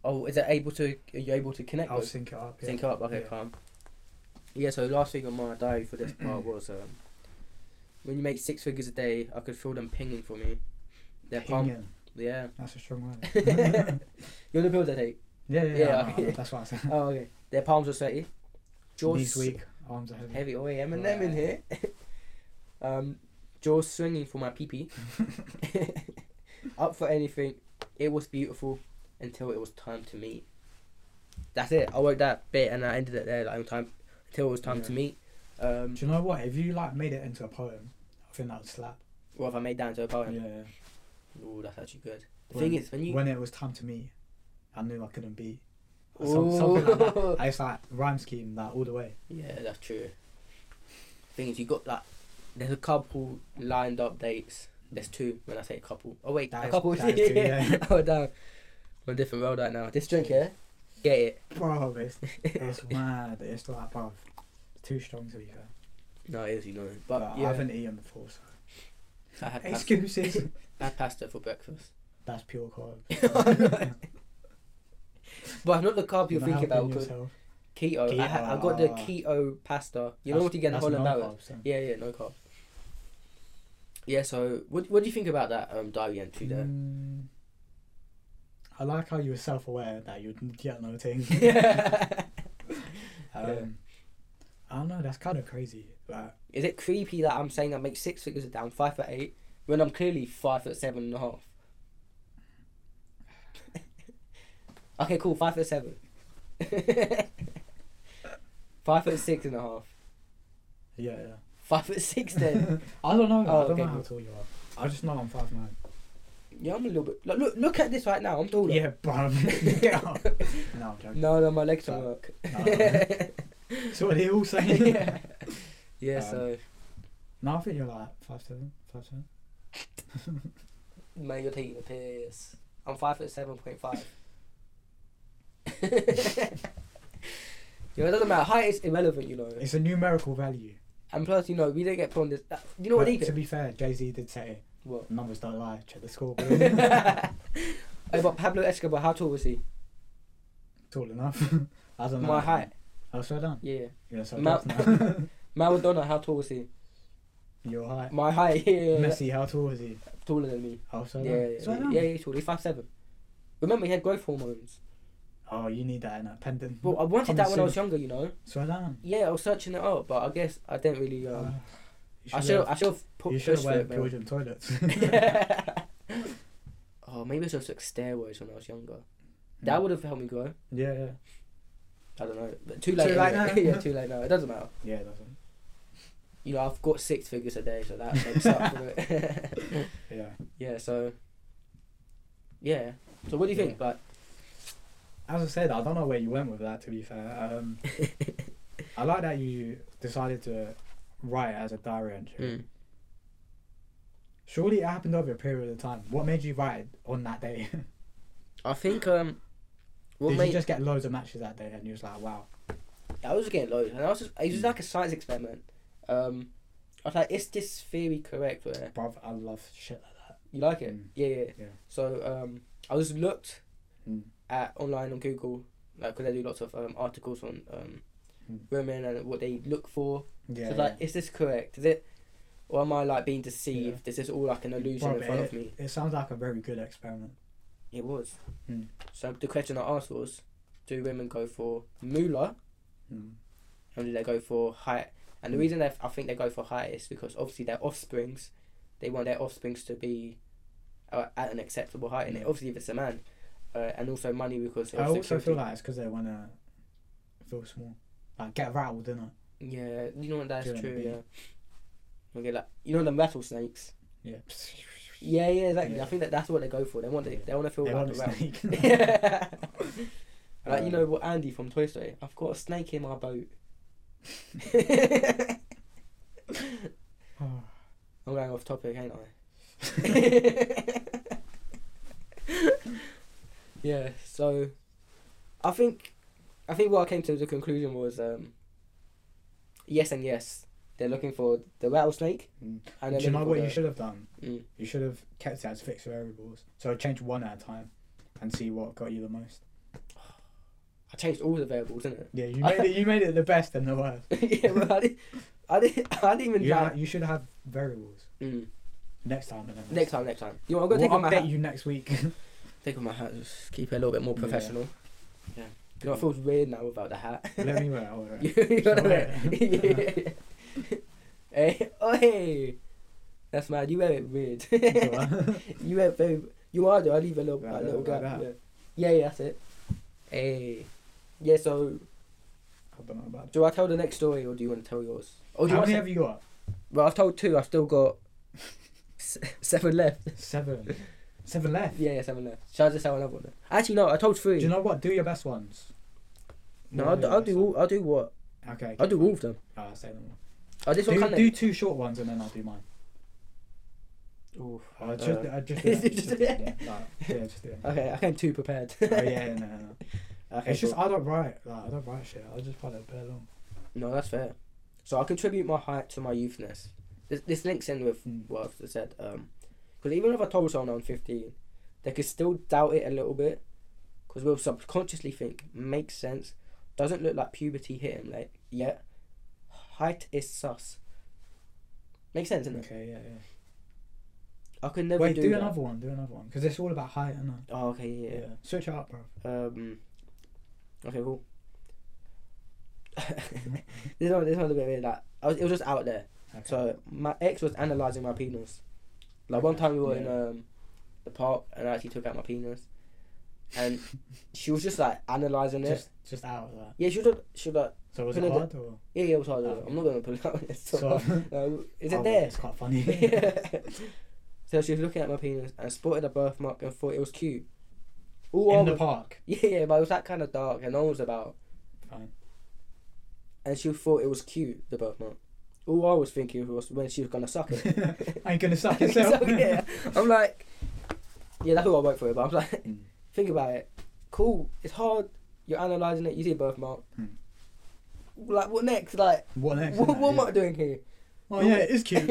S3: Oh, is it able to? Are you able to connect?
S2: I'll
S3: with-
S2: sync it up. yeah.
S3: Sync up. Okay,
S2: Yeah.
S3: calm. Yeah. So last thing on my diary for this part was um, when you make six figures a day, I could feel them pinging for me. They're palm.
S2: Pinging.
S3: Yeah.
S2: That's a strong word.
S3: you want the pills I take?
S2: Yeah,
S3: Yeah,
S2: yeah, yeah. I know, I know,
S3: okay.
S2: That's what I said.
S3: Oh, okay. Their palms are sweaty. Jaws
S2: Knees weak, arms are heavy.
S3: Heavy. Oh, yeah, Eminem in here. um, jaws swinging for my pee pee. Up for anything. It was beautiful until it was time to meet. That's it. I worked that bit and I ended it there. Like on time until it was time to
S2: Yeah.
S3: meet. Um,
S2: Do you know what? If you like made it into a poem, I think that would slap.
S3: well, if I made that into a poem.
S2: Yeah.
S3: Ooh, that's actually good. The
S2: When-
S3: thing is, when you
S2: When it was time to meet, I knew I couldn't be. Or some- Something like that.
S3: Ooh.
S2: It's like rhyme scheme that all the way.
S3: Yeah, that's true. Thing is, you got like, there's a couple lined up dates. There's two when I say a couple. Oh wait,
S2: That
S3: a
S2: is-
S3: couple.
S2: that is two, yeah.
S3: oh damn, I'm a different world right now. This drink here, get it.
S2: Bro, it's, it's mad. It's like, bro, it's too strong to be fair.
S3: No, it is you know. But,
S2: But
S3: yeah,
S2: I haven't eaten before, so.
S3: I had pasta.
S2: Excuses.
S3: I had pasta for breakfast.
S2: That's pure carb.
S3: But not the carb you're
S2: Not
S3: thinking about.
S2: helping
S3: 'cause
S2: yourself.
S3: Keto. I, had, I got the
S2: Keto.
S3: keto pasta. You know
S2: That's-
S3: what you get in
S2: that's
S3: Holland Barrett?
S2: non-carbs, then.
S3: Yeah, yeah, no carbs. Yeah, so what what do you think about that um, diary entry there?
S2: Mm, I like how you were self-aware that you'd get no thing. Mm. Um, I don't know. That's kind of crazy. Like,
S3: Is it creepy that I'm saying I make six figures a down, five foot eight, when I'm clearly five foot seven and a half? okay, cool, five foot seven. five foot six and a half.
S2: yeah, yeah.
S3: Five foot six then.
S2: I don't know.
S3: Oh,
S2: I don't
S3: okay,
S2: know how
S3: cool.
S2: tall you are. I just know I'm five nine.
S3: yeah, I'm a little bit. Look, look, look at this right now. I'm taller.
S2: Yeah, bro. Get up. No, I'm joking.
S3: No, no, my legs don't
S2: So-
S3: work.
S2: So what are they all saying?
S3: yeah. Yeah.
S2: Um,
S3: so,
S2: No, I think you're like five seven, five seven.
S3: man, you're taking the piss. I'm five foot seven point five. you know, it doesn't matter. Height is irrelevant. You know.
S2: It's a numerical value.
S3: And plus, you know, we don't get put on this. that- You know what
S2: But
S3: they
S2: To
S3: did?
S2: be fair, Jay Z did say
S3: What?
S2: numbers don't lie. Check the score.
S3: hey, Oh, but Pablo Escobar, how tall was he?
S2: Tall enough. I don't know.
S3: My height.
S2: Oh, so done.
S3: Yeah.
S2: Yeah, so
S3: Ma-
S2: done now.
S3: Maradona, how tall was he?
S2: Your height.
S3: My height. Yeah. yeah, yeah.
S2: Messi, how tall is he?
S3: Taller than me.
S2: Oh, so
S3: Yeah.
S2: done.
S3: Yeah.
S2: so
S3: Yeah.
S2: done.
S3: yeah, he's tall. He's five seven. Remember, he had growth hormones.
S2: Oh, you need that in a pendant.
S3: Well, I wanted
S2: Coming
S3: that when I
S2: soon.
S3: was younger, you know.
S2: So done.
S3: Yeah, I was searching it up, but I guess I didn't really. Um,
S2: Uh,
S3: I should. I should have put.
S2: You should
S3: pushed
S2: have
S3: for
S2: went
S3: it, man.
S2: Georgian toilets.
S3: oh, maybe I should have took steroids when I was younger. That would have helped me grow.
S2: Yeah, yeah,
S3: I don't know. But too late.
S2: Too late
S3: anyway.
S2: now.
S3: yeah, too late now. It doesn't matter.
S2: yeah. It doesn't.
S3: You know, I've got six figures a day, so that makes up for it.
S2: Yeah.
S3: yeah. So. Yeah. So what do you think? Like,
S2: As I said, I don't know where you went with that. To be fair, um, I like that you decided to write as a diary entry.
S3: Hmm.
S2: Surely it happened over a period of time. What made you write it on that day?
S3: I think um, what
S2: Did
S3: made
S2: you just get loads of matches that day, and you was like, wow?
S3: I was getting loads, and I was just, it was like a science experiment. Um, I was like, is this theory correct? Where
S2: Bruv, I love shit like that.
S3: you like it?
S2: Mm.
S3: Yeah, yeah,
S2: Yeah.
S3: So um, I was looked
S2: Mm.
S3: at online on Google, like because they do lots of um, articles on um,
S2: Mm.
S3: women and what they look for.
S2: Yeah.
S3: so it's like, is this correct? Is it? Or am I like being deceived? This is all like an illusion
S2: Bro,
S3: in
S2: but
S3: front
S2: it,
S3: of me.
S2: it sounds like a very good experiment.
S3: It was.
S2: Hmm.
S3: So the question I asked was, do women go for moolah
S2: Mm.
S3: and do they go for height? And the
S2: Hmm.
S3: reason they, I think they go for height is because obviously their offsprings, they want their offsprings to be uh, at an acceptable height. And
S2: Yeah.
S3: obviously if it's a man, uh, and also money because of
S2: Hmm. I also
S3: security.
S2: feel like it's because they want to feel small, like get rattled, innit?
S3: yeah, you know what that's
S2: During the
S3: true.
S2: beat.
S3: Yeah. Okay, like you know them rattlesnakes.
S2: Yeah.
S3: Yeah, yeah, exactly.
S2: Yeah.
S3: I think that that's what they go for. They want to,
S2: Yeah.
S3: they want to feel
S2: They
S3: like
S2: want
S3: a
S2: a
S3: rat.
S2: snake.
S3: like you
S2: Um,
S3: know what Andy from Toy Story, I've got a snake in my boat.
S2: Hmm.
S3: I'm going off topic, ain't I? yeah. So, I think, I think what I came to the conclusion was, um, yes and yes. They're looking for the rattlesnake.
S2: Mm.
S3: And
S2: Do
S3: they're
S2: you
S3: looking
S2: know
S3: for
S2: what you
S3: the-
S2: should have done?
S3: Mm.
S2: You should have kept it as fixed variables. So change one at a time and see what got you the most.
S3: I changed all the variables, didn't
S2: Yeah, you made it. You made it the best and the worst.
S3: it? yeah, but I didn't. I didn't. I didn't even.
S2: You,
S3: try.
S2: ha- you should have variables
S3: Mm.
S2: next time. And then
S3: Next time, next time. You know, I'm
S2: We'll
S3: gonna take off my hat.
S2: update you next week.
S3: Take off my hat. Just keep it a little bit more
S2: Yeah.
S3: professional. Yeah. You know, it feels weird now without the hat.
S2: Let me wear. it, I'll wear
S3: you
S2: it.
S3: know what I
S2: Wear
S3: mean? Hey, oh hey, that's mad. You wear it weird.
S2: Go on.
S3: you wear it very. You are though. I leave a little,
S2: Like
S3: like,
S2: that,
S3: little
S2: like
S3: gap.
S2: that.
S3: yeah. yeah, yeah, that's it. Hey, yeah. So,
S2: I don't know about that.
S3: do I tell the next story or do you want to tell yours? Or do you
S2: How
S3: want
S2: many
S3: to?
S2: have you got?
S3: Well, I've told two. I've still got s- seven left.
S2: Seven. Seven left.
S3: Yeah, yeah, seven left. Shall I just tell another one? then? Actually, no. I told three.
S2: Do you know what? Do your best ones.
S3: No,
S2: What
S3: I'll,
S2: are
S3: do- I'll
S2: your best
S3: do.
S2: ones?
S3: All, I'll do what?
S2: Okay.
S3: I'll do all of them.
S2: Ah, I'll say them.
S3: Oh, this
S2: all.
S3: one
S2: Do,
S3: can
S2: do two short ones and then I'll do mine.
S3: Oof.
S2: I just,
S3: Uh,
S2: I just, do that,
S3: Just
S2: just
S3: do
S2: do
S3: it.
S2: that, like, yeah, just do it.
S3: Okay, I came too prepared.
S2: Oh, yeah, no, no, no.
S3: Okay,
S2: It's just
S3: cool.
S2: I don't write, like, I don't write shit. I just write it bare long.
S3: no, that's fair. So I contribute my height to my youthness. This, this links in with
S2: Mm.
S3: what I've said. Um, because even if I told someone I'm 15, they could still doubt it a little bit. Because we'll subconsciously think makes sense. Doesn't look like puberty hit him like yet. Height is sus. Makes sense, doesn't it?
S2: Okay, yeah, yeah.
S3: I could never
S2: Wait, do,
S3: do, that.
S2: another one. Do another one because it's all about height, isn't it?
S3: Oh, okay, yeah. yeah.
S2: Switch it up, bro.
S3: Um, okay, cool. this one, this one's a bit weird. Like, I was, it was just out there.
S2: Okay.
S3: So my ex was analysing my penis. Like one time we were in
S2: Yeah.
S3: um, the park and I actually took out my penis, and she was just like analysing it.
S2: just, just out of that.
S3: Yeah, she was. like- She was like,
S2: So was
S3: Put
S2: it
S3: it-
S2: hard or?
S3: yeah, yeah, it was hard.
S2: Oh.
S3: I'm not gonna put it out. It's so
S2: So-
S3: hard. No, Um, is
S2: Oh,
S3: it there?
S2: It's quite funny.
S3: so she was looking at my penis and spotted a birthmark and thought it was cute. All I
S2: In the
S3: was-
S2: park.
S3: Yeah, yeah, but it was that kind of dark and no one was about.
S2: Fine.
S3: and she thought it was cute, the birthmark. All I was thinking was when she was gonna suck it.
S2: Ain't gonna suck
S3: So,
S2: yourself.
S3: yeah, I'm like, yeah, that's who I work for. But I'm like,
S2: Mm.
S3: think about it. Cool, it's hard. You're analysing it. You see a birthmark.
S2: Mm.
S3: Like what next? Like
S2: What next?
S3: what,
S2: innit?
S3: what am
S2: Yeah.
S3: I doing here?
S2: Oh yeah, it is cute.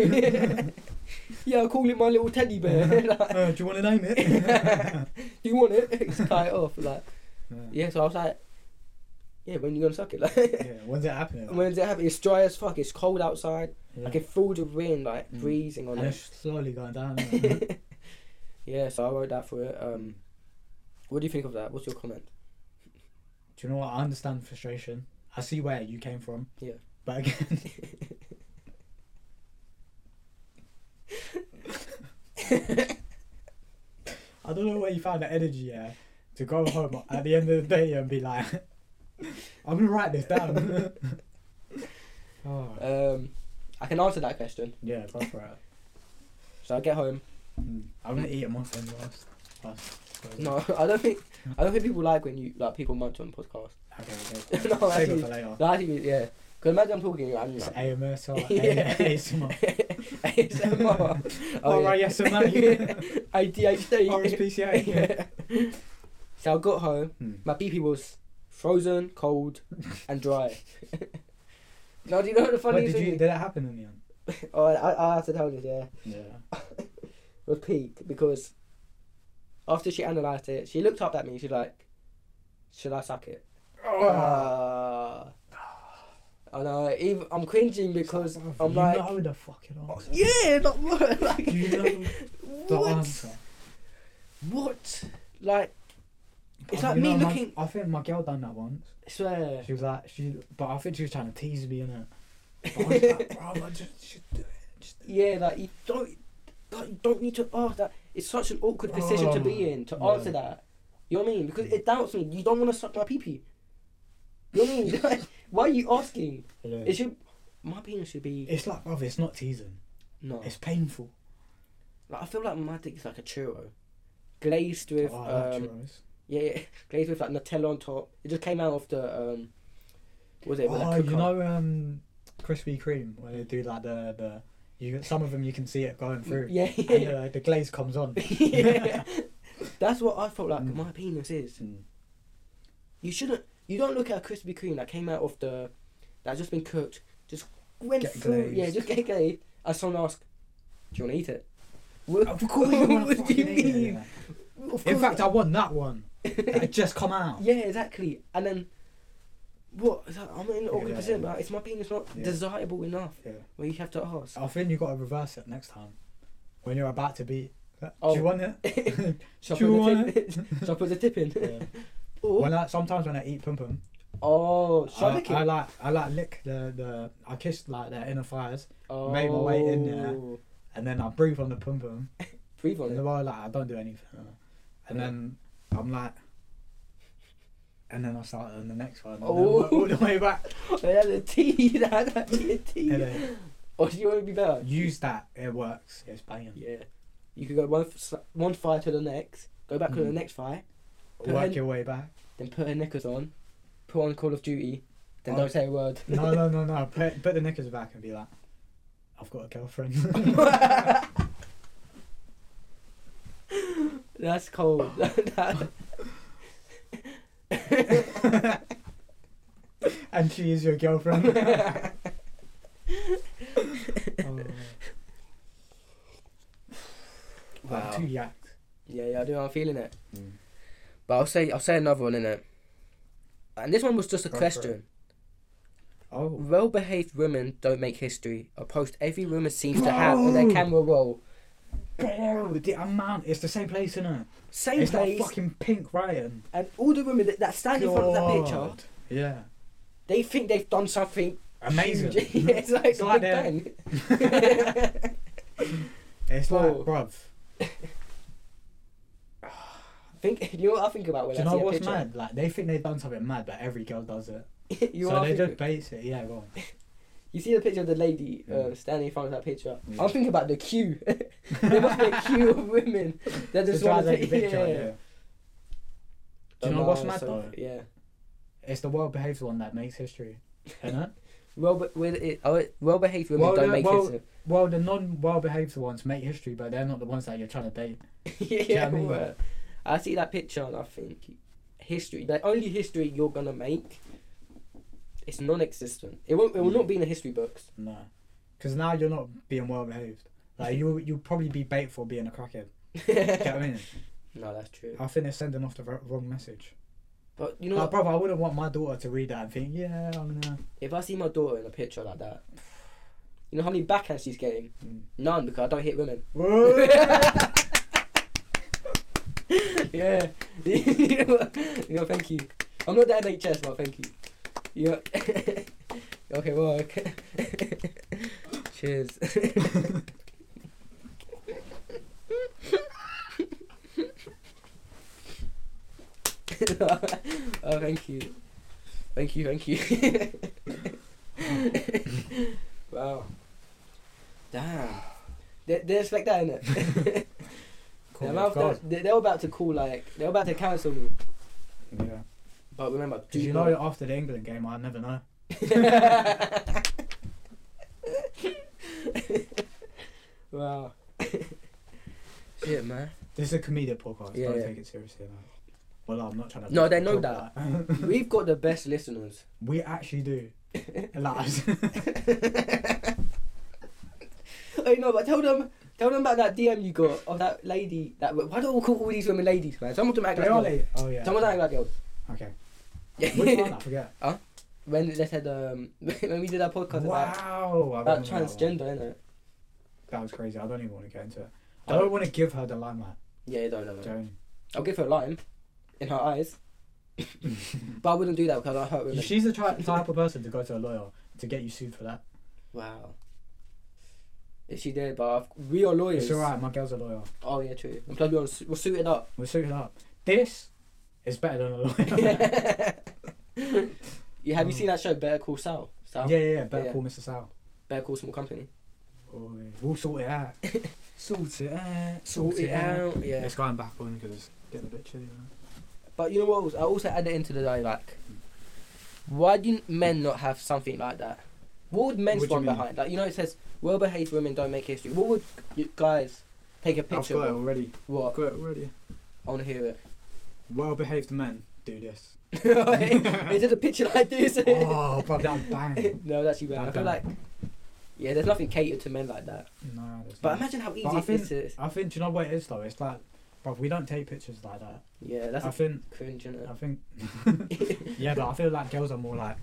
S3: yeah, I call it my little teddy bear. like,
S2: Uh, do you want to name it?
S3: do you want it? Just tie it off. Like yeah. So I was like, yeah, when you gonna suck it? Like
S2: Yeah, when's it happening?
S3: when does it happen? It's dry as fuck. It's cold outside.
S2: Yeah.
S3: I can feel the wind like
S2: Mm.
S3: breezing on
S2: And
S3: it.
S2: it's slowly going down. innit?
S3: yeah, so I wrote that for it. Um, what do you think of that? What's your comment?
S2: Do you know what? I understand frustration. I see where you came from.
S3: Yeah.
S2: But again, I don't know where you found the energy, yeah, to go home at the end of the day and be like, I'm gonna write this down. oh,
S3: Um, I can answer that question.
S2: yeah, go for it.
S3: So I get home.
S2: Mm. I'm gonna eat a muffin last. last
S3: No, I don't think I don't think people like when you like people munch on podcasts.
S2: Okay, okay.
S3: No,
S2: Save
S3: actually-
S2: it for later.
S3: No, actually, yeah. Because imagine I'm talking and you
S2: It's
S3: like,
S2: AMS or
S3: Yeah. Oh,
S2: ASMR.
S3: ASMR.
S2: Oh, right, yes, I'm right.
S3: ADHD.
S2: RSPCA.
S3: Yeah. So I got home.
S2: Hmm.
S3: My BP was frozen, cold, and dry. no, do you know what the
S2: Wait,
S3: funniest
S2: did you?
S3: thing?
S2: Did it happen in the end?
S3: Oh, I, I have to tell this. Yeah.
S2: Yeah.
S3: was peak because after she analysed it, she looked up at Ah. me. She's like, "Should I suck it?"
S2: Oh.
S3: Ah. I know. Even, I'm cringing because I'm
S2: you
S3: like,
S2: know the fucking answer.
S3: yeah, not what, like,
S2: You know the
S3: what?
S2: answer.
S3: What? Like, it's
S2: I-
S3: like
S2: you
S3: me
S2: know, my-
S3: looking.
S2: I think my girl done that once.
S3: I swear.
S2: She was like, she, but I think she was trying to tease me, innit? But I was like, bro, I just, just do it. Just do it.
S3: Yeah, like you don't, like, you don't need to ask that. It's such an awkward position to be in to
S2: Oh,
S3: answer
S2: yeah.
S3: that. You know what I mean? Because it doubts me. You don't want to suck my pee pee. You know what I mean? Like, why are you asking?
S2: Hello.
S3: It should. My penis should be
S2: It's like, brother, it's not teasing.
S3: no.
S2: It's painful.
S3: Like I feel like my dick is like a churro, glazed with
S2: oh, I like
S3: um,
S2: churros.
S3: yeah, yeah, glazed with like Nutella on top. It just came out of the um, what was it? with that
S2: Oh, you
S3: cooker.
S2: know, um, Krispy Kreme when they do like the the you some of them you can see it going through.
S3: Yeah,
S2: And,
S3: yeah.
S2: uh, the glaze comes on.
S3: yeah. That's what I felt like
S2: Mm.
S3: my penis is.
S2: Mm.
S3: You shouldn't. You don't look at a Krispy Kreme that came out of the that's just been cooked. Just went
S2: Get
S3: through. Yeah,
S2: glazed.
S3: just get glazed. And someone asked, "Do you want to eat it?" What,
S2: Of course, you wanna
S3: what do you
S2: fucking eat it,
S3: mean?
S2: innit?
S3: Of course
S2: In fact, I
S3: not.
S2: won that one. It just come out.
S3: yeah, exactly. And then what? It's like, I'm in an awkward
S2: Yeah.
S3: position. But it's my penis not
S2: Yeah.
S3: desirable enough
S2: Yeah.
S3: where you have to ask.
S2: I think you got to reverse it next time when you're about to beat.
S3: Oh.
S2: Do you want it?
S3: Shall I
S2: Do you
S3: put the
S2: want
S3: tip? Shall I put the tip in? Or-
S2: When I sometimes when I eat pum pum,
S3: oh, shall I,
S2: I,
S3: lick it?
S2: I like I like lick the the I kiss like their inner thighs
S3: oh,
S2: made my way in there. and then I breathe on the pum pum.
S3: Breathe on
S2: And the
S3: it.
S2: while like I don't do anything, and then I'm like, and then I start on the next one. and then
S3: Oh.
S2: all- all the way back.
S3: Oh, that's a T. That's actually a T.
S2: And then
S3: Or do you want to be better?
S2: use that. It works. It's banging.
S3: Yeah. You could go one f- sli- one fire to the next, go back to the
S2: Mhm.
S3: next fire, Put
S2: Work
S3: in-
S2: your way back.
S3: then put her knickers on, put on Call of Duty, then
S2: Oh.
S3: don't say a word.
S2: No, no, no, no. Put, put the knickers back and be like, I've got a girlfriend.
S3: That's cold.
S2: and she is your girlfriend. oh,
S3: Wow.
S2: Too yacked.
S3: Yeah, yeah, I do. I'm feeling it.
S2: Mm.
S3: But I'll say I'll say another one in it. And this one was just a
S2: Go for it.
S3: question.
S2: Oh.
S3: Well-behaved women don't make history. A post every woman seems to have on their
S2: Bro.
S3: camera roll.
S2: Bro, the amount. It's the same place, innit?
S3: Same
S2: it's
S3: place,
S2: that fucking pink Ryan.
S3: and all the women that, that stand in front of that picture,
S2: God. Yeah.
S3: they think they've done something
S2: Amazing.
S3: huge. yeah, it's like
S2: It's
S3: the
S2: like
S3: Big
S2: they're-
S3: Bang.
S2: It's like,
S3: Bro.
S2: bruv.
S3: think you know what I think about when
S2: Do
S3: I
S2: you know
S3: see a
S2: what's
S3: picture.
S2: mad? Like, they think they've done something mad, but every girl does it.
S3: you,
S2: so
S3: are
S2: they
S3: thinking-
S2: just base it. Yeah, go
S3: you see the picture of the lady uh,
S2: Mm.
S3: standing in front of that picture.
S2: Mm.
S3: I'm thinking about the queue.
S2: on.
S3: there must be a queue of women that
S2: To
S3: just
S2: try
S3: want
S2: and
S3: to
S2: take
S3: take
S2: a picture,
S3: yeah.
S2: yeah. Do you know
S3: Oh,
S2: what's
S3: no,
S2: mad
S3: so-
S2: though?
S3: Yeah.
S2: It's the well behaved one that makes history. Innit?
S3: Well, but with it, oh, it- well-behaved women
S2: Well,
S3: don't
S2: no,
S3: make
S2: well-
S3: it.
S2: well, the non well behaved ones make history, but they're not the ones that you're trying to date.
S3: yeah,
S2: you know what I mean?
S3: well, I see that picture and I think history. The only history you're gonna make, it's non-existent. It won't. It will not be in the history books.
S2: No. Because now you're not being well behaved. Like, you, you'll probably be bait for being a crackhead. Do you know what I mean?
S3: no, that's true.
S2: I think they're sending off the wr- wrong message.
S3: But you know, what?
S2: Like, brother, I wouldn't want my daughter to read that and think, yeah, I'm gonna.
S3: if I see my daughter in a picture like that, you know how many backhands she's getting?
S2: Mm.
S3: None, because I don't hit women.
S2: Whoa!
S3: yeah. yeah, thank you. I'm not the NHS, but thank you. Yeah. okay, well, okay. Cheers. oh, thank you. Thank you, thank you. wow. Damn. They, they expect that, innit?
S2: Call
S3: They're
S2: me
S3: about,
S2: off guard.
S3: they, they're about to call like they're about to cancel me.
S2: Yeah.
S3: But remember, do
S2: Did you know after the England game, I never know.
S3: wow. Shit, man.
S2: This is a comedic podcast.
S3: Yeah,
S2: Don't
S3: yeah.
S2: take it seriously. No. Well, I'm not trying to.
S3: No, they know
S2: talk
S3: We've got the best listeners.
S2: we actually do. Lies.
S3: Oh no, but tell them, tell them about that DM you got of that lady. That why do we call all these women ladies, man? Someone to make
S2: they
S3: like
S2: are
S3: girls.
S2: late. Oh yeah.
S3: Someone to act like girls.
S2: Okay. Which one?
S3: Yeah.
S2: I forget.
S3: Huh? when they said um when we did our podcast about,
S2: Wow. I
S3: about
S2: remember that one.
S3: transgender, innit?
S2: That was crazy. I don't even want to get into it. I don't want to give her the limelight.
S3: Yeah, you don't know. that.
S2: Don't.
S3: I'll give her a lime in her eyes, but I wouldn't do that because I hurt women.
S2: She's the type, type of person to go to a lawyer to get you sued for that.
S3: Wow. If she did, but I've, we are lawyers.
S2: Oh, It's alright, my girl's a lawyer.
S3: Oh yeah, true. And plus, we are, we're suited up.
S2: We're suiting up. This is better than a lawyer.
S3: you have you seen that show Better Call Saul? Saul?
S2: yeah, yeah, yeah. Better
S3: Yeah.
S2: call Mr. Sal.
S3: Better Call Small Company.
S2: Oi, We'll sort it out. sort it out.
S3: Sort it out. Yeah.
S6: It's going back on because it's getting a bit chilly. man.
S3: But you know what? Else? I also added into the day like, why do men not have something like that? What would
S6: What
S3: men
S6: do you
S3: stand
S6: mean?
S3: behind? Like you know, it says well-behaved women don't make history. What would you guys take a
S6: I've
S3: picture?
S6: got it
S3: of?
S6: already. I've
S3: What?
S6: got it already.
S3: I want to hear it.
S6: Well behaved men do this.
S3: Is it a picture like this?
S2: Oh, bro, that bang.
S3: no, that's you. I feel like yeah, there's nothing catered to men like that.
S2: No, that's
S3: But
S2: not.
S3: imagine how
S2: But
S3: easy
S2: I
S3: it is.
S2: think,
S3: To,
S2: I think, do you know what it is though? It's like, bro, we don't take pictures like that.
S3: yeah, that's
S2: I think,
S3: a cringe, isn't it?
S2: I think, yeah, but I feel like girls are more like,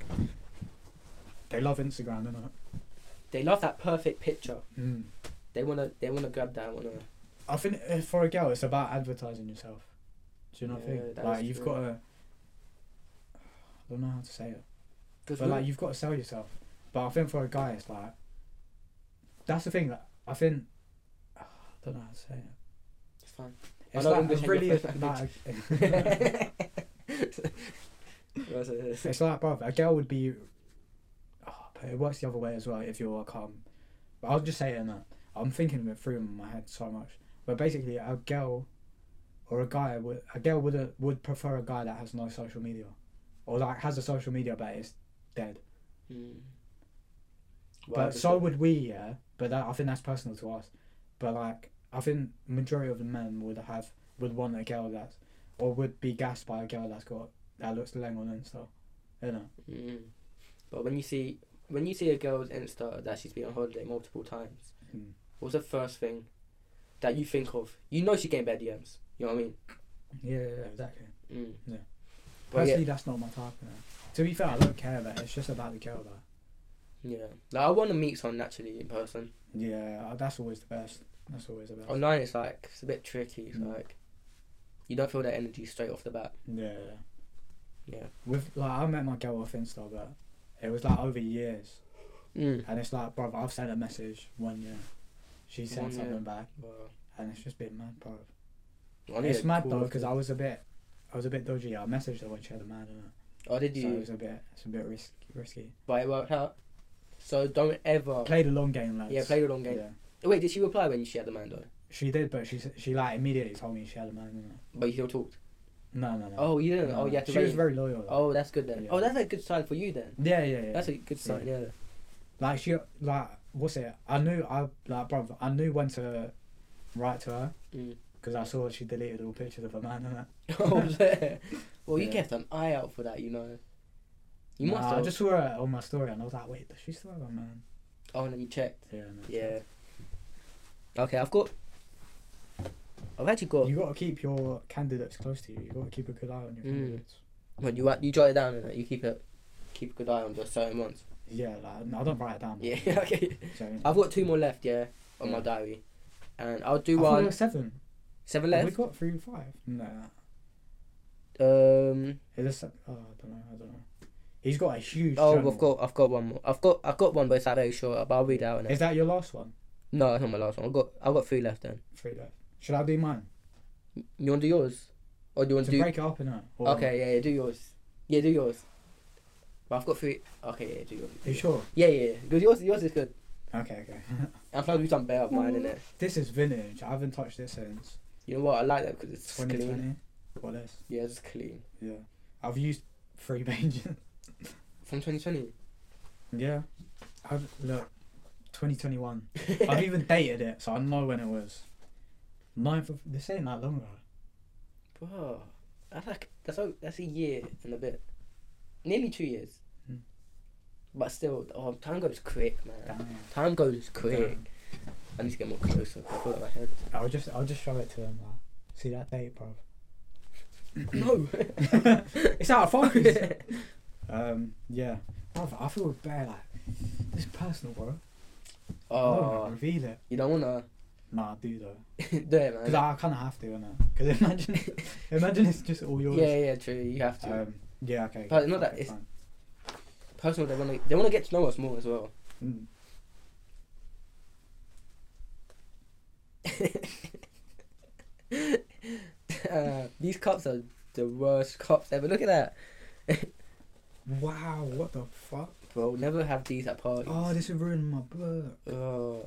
S2: they love Instagram, innit?
S3: They love that perfect picture.
S2: Mm.
S3: They wanna, they wanna grab that one. uh,
S2: I think uh, for a girl, it's about advertising yourself. Do you know what I
S3: Yeah,
S2: think?
S3: that
S2: Like
S3: is
S2: you've
S3: true.
S2: got to. I don't know how to say it,
S3: 'cause
S2: but
S3: we-
S2: like you've got to sell yourself. But I think for a guy, it's like. That's the thing. Like, I think. I don't know how to say it.
S3: it's fine. I
S2: It's
S3: know
S2: like
S3: English
S2: a
S3: ain't
S2: really
S3: your
S2: is
S3: first
S2: like,
S3: That's what it is.
S2: it's like, bruv, a girl would be. Oh, but it works the other way as well if you're like um. But I'll just say it in that. I'm thinking of it through in my head so much. But basically, a girl, or a guy would a girl would would prefer a guy that has no social media, or like has a social media but it's dead.
S3: Mm. Why
S2: But so would we, yeah. But that, I think that's personal to us. But like, I think majority of the men would have would want a girl that's, or would be gassed by a girl that's got that looks leng on Insta, you know.
S3: Mm. But when you see when you see a girl's Insta that she's been on holiday multiple times,
S2: Mm.
S3: what's the first thing that you think of? You know she getting bad DMs. You know what I mean?
S2: Yeah, yeah, yeah, exactly.
S3: Mm.
S2: Yeah.
S3: But yeah,
S2: Personally, that's not my type. You know? To be fair, I don't care about it. It's just about the girl. That
S3: yeah. Like I want to meet someone naturally in person.
S2: yeah, uh, that's always the best. That's always the best.
S3: Online, it's like it's a bit tricky. It's
S2: Mm.
S3: like you don't feel that energy straight off the bat.
S2: Yeah, yeah.
S3: Yeah.
S2: With like, I met my girl off Insta, but it was like over years,
S3: Mm.
S2: and it's like, brother, I've sent a message one year. She sent
S3: One year.
S2: something back, and it's just been mad, bro.
S3: I need
S2: It's
S3: a
S2: mad
S3: call.
S2: though, because I was a bit, I was a bit dodgy. I messaged her when she had a man, innit?
S3: Oh, did
S2: so it
S3: you?
S2: was a bit, it's a bit risky. risky.
S3: But it worked out. So don't ever.
S2: Play the long game, lads.
S3: Yeah, play the long game.
S2: Yeah.
S3: Wait, did she reply when she had the man though?
S2: She did, but she s- she like immediately told me she had a man. Innit?
S3: But you still talked.
S2: No, no, no.
S3: Oh, you
S2: no,
S3: didn't. oh,
S2: no.
S3: you had to
S2: She
S3: wait.
S2: was very loyal. Though.
S3: Oh, that's good then.
S2: Yeah.
S3: Oh, that's a good sign for you then.
S2: Yeah, yeah, yeah.
S3: That's a good sign. Yeah.
S2: like she like what's it? I knew I like bro. I knew when to write to her
S3: Mm.
S2: because I saw she deleted all pictures of her man and that.
S3: oh, there. Well, you
S2: Yeah.
S3: kept an eye out for that, you know. You
S2: Nah,
S3: must have.
S2: I just saw her on my story and I was like, wait, does she still have a man?
S3: Oh, and then you checked.
S2: Yeah. No,
S3: Yeah. Okay, I've got. I've actually got.
S2: You got to keep your candidates close to you. You got to keep a good eye on your
S3: Mm.
S2: candidates.
S3: When you write- you jot it down and you keep it, keep a good eye on just certain ones.
S2: Yeah, like no, I don't write it down.
S3: Yeah. Okay.
S2: So, I
S3: I've got two more left. Yeah, on my
S2: Yeah.
S3: diary, and I'll do
S2: thought there were
S3: one.
S2: seven.
S3: Seven
S2: Have we
S3: left.
S2: got three and five. No, no.
S3: Um.
S2: it is. se- Oh, I don't know. I don't know. He's got a huge.
S3: Oh,
S2: journal.
S3: I've got, I've got one more. I've got, I've got one, but it's not very short. But I'll read it out. in
S2: Is
S3: it.
S2: that your last one?
S3: No, that's not my last one. I've got, I've got three left. Then
S2: Three left. Should I do mine?
S3: you want to do yours, or do you want
S2: To
S3: to do?
S2: break it up in a. or-
S3: Okay, yeah, yeah, do yours. Yeah, do yours. But I've got three. Okay, yeah, do yours.
S2: You sure?
S3: Yeah, yeah, yeah. Because yours, yours is good.
S2: Okay, okay.
S3: I'm trying to do something better of mine in it.
S2: This is vintage. I haven't touched this since
S3: You know what? I like that because it's clean.
S2: 2020. What this?
S3: Yeah, it's clean.
S2: Yeah. I've used three pages.
S3: From 2020.
S2: yeah. I've, look, 2021. I've even dated it, so I know when it was. 9th of. This ain't that long ago.
S3: Bro, that's like that's a, that's a year and a bit, nearly two years.
S2: Mm.
S3: But still, oh, time goes quick, man.
S2: Damn.
S3: Time goes quick.
S2: Damn.
S3: I need to get more closer. I feel like my head.
S2: I'll just, I'll just show it to him. Like, See that date, bro.
S3: no.
S2: it's out of focus. Um, yeah. Brother, I feel bad. Like, this is personal, bro. I don't wanna
S3: Oh,
S2: reveal it.
S3: you don't wanna
S2: Nah, I do though.
S3: do it, man.
S2: Because I kind of have to, innit? Because imagine, imagine it's just all yours.
S3: Yeah, yeah, true. You have to.
S2: Um, yeah, okay.
S3: But not that
S2: okay,
S3: it's-
S2: fine.
S3: Personal, they wanna they wanna get to know us more as well.
S2: Mm.
S3: uh, these cups are the worst cups ever. Look at that,
S2: Wow, what the fuck?
S3: bro. Never have these at parties.
S2: Oh, this is ruining my book.
S3: Oh.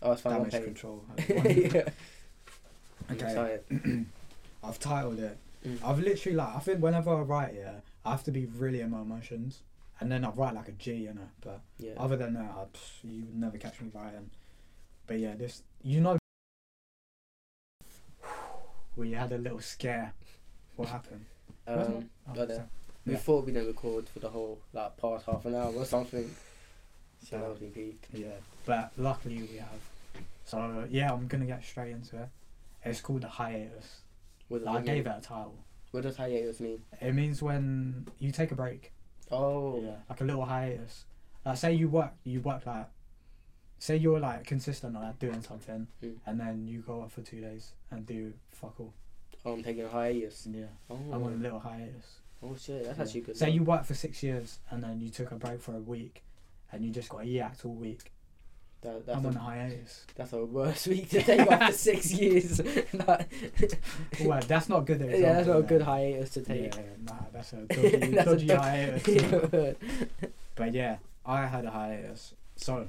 S3: Oh, it's fine.
S2: Damage
S3: one page.
S2: control.
S3: yeah. I'm
S2: Okay,
S3: excited.
S2: I've titled it.
S3: Mm.
S2: I've literally like I think whenever I write, yeah, I have to be really in my emotions, and then I write like a G, you know. But
S3: Yeah. Um,
S2: other than that, I, pff, you would never catch me writing. But yeah, this you know, we had a little scare. What happened? Where's
S3: Um,
S2: my-
S3: got it. we
S2: Yeah.
S3: thought we didn't record for the whole like past half an hour or something. So that was me peak.
S2: Yeah, but luckily we have. So yeah, I'm gonna get straight into it. It's called the hiatus.
S3: What does
S2: Like, I
S3: it mean?
S2: gave it a title.
S3: What does hiatus mean?
S2: It means when you take a break.
S3: Oh.
S2: Yeah. Like a little hiatus. Like say you work, you work like, say you're like consistent on like, doing something,
S3: Mm.
S2: and then you go off for two days and do fuck all.
S3: Oh, I'm taking a hiatus.
S2: Yeah.
S3: Oh.
S2: I'm on a little hiatus.
S3: Oh shit, that's
S2: Yeah.
S3: actually good.
S2: Say
S3: though.
S2: you worked for six years and then you took a break for a week, and you just got yacked all week.
S3: That,
S2: I'm
S3: that's,
S2: on a
S3: a,
S2: hiatus.
S3: that's a worse week to take after six years. Like,
S2: well, that's not a good.
S3: yeah, that's not a
S2: example,
S3: good
S2: innit?
S3: hiatus to
S2: Yeah,
S3: take.
S2: nah, that's a dodgy,
S3: That's a
S2: dodgy
S3: dod-
S2: hiatus.
S3: Yeah, word.
S2: But yeah, I had a hiatus. So,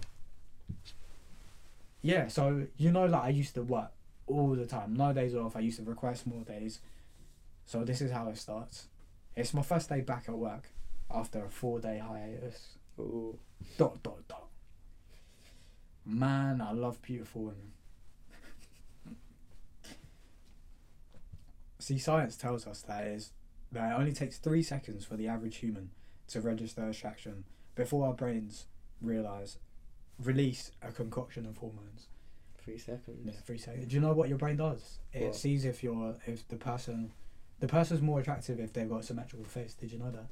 S2: yeah, so you know, like I used to work all the time, no days off. I used to request more days. So this is how it starts. It's my first day back at work after a four-day hiatus.
S3: Ooh.
S2: Dot dot dot. Man, I love beautiful women. See, science tells us that it, is, that it only takes three seconds for the average human to register attraction before our brains realize release a concoction of hormones.
S3: Three seconds.
S2: Yeah, three seconds. Do you know what your brain does? It
S3: What?
S2: sees if you're if the person the person's more attractive if they've got a symmetrical face. Did you know that?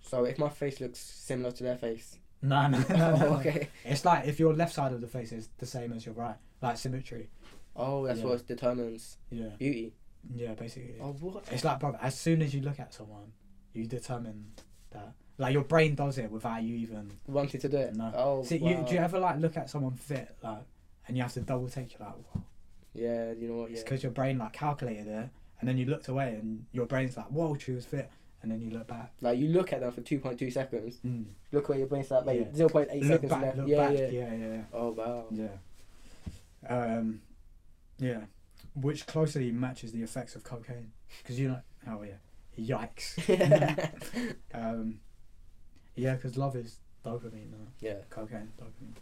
S3: So if my face looks similar to their face.
S2: No, no, no, no,
S3: oh,
S2: no.
S3: okay.
S2: It's like if your left side of the face is the same as your right, like symmetry.
S3: Oh, that's
S2: Yeah.
S3: what determines
S2: Yeah.
S3: beauty.
S2: Yeah, basically.
S3: Oh, what?
S2: It's like, brother, as soon as you look at someone, you determine that. Like, your brain does it without you even.
S3: Wanted to do it.
S2: No.
S3: Oh,
S2: See,
S3: wow.
S2: you, do you ever, like, look at someone fit, like, and you have to double take, you're like, whoa.
S3: Yeah, you know what?
S2: It's
S3: Yeah.
S2: because your brain, like, calculated it, and then you looked away, and your brain's like, whoa, she was fit, and then you look back.
S3: Like you look at them for two point two seconds.
S2: Mm.
S3: Look where your brain's at, like
S2: Yeah.
S3: zero point eight
S2: Look
S3: seconds
S2: back,
S3: left.
S2: look
S3: yeah,
S2: back.
S3: yeah,
S2: yeah, yeah.
S3: Oh wow.
S2: Yeah. Um, yeah. Which closely matches the effects of cocaine. Because you know. Oh, yeah. Yikes. um, yeah, because love is dopamine now.
S3: yeah.
S2: Cocaine, dopamine.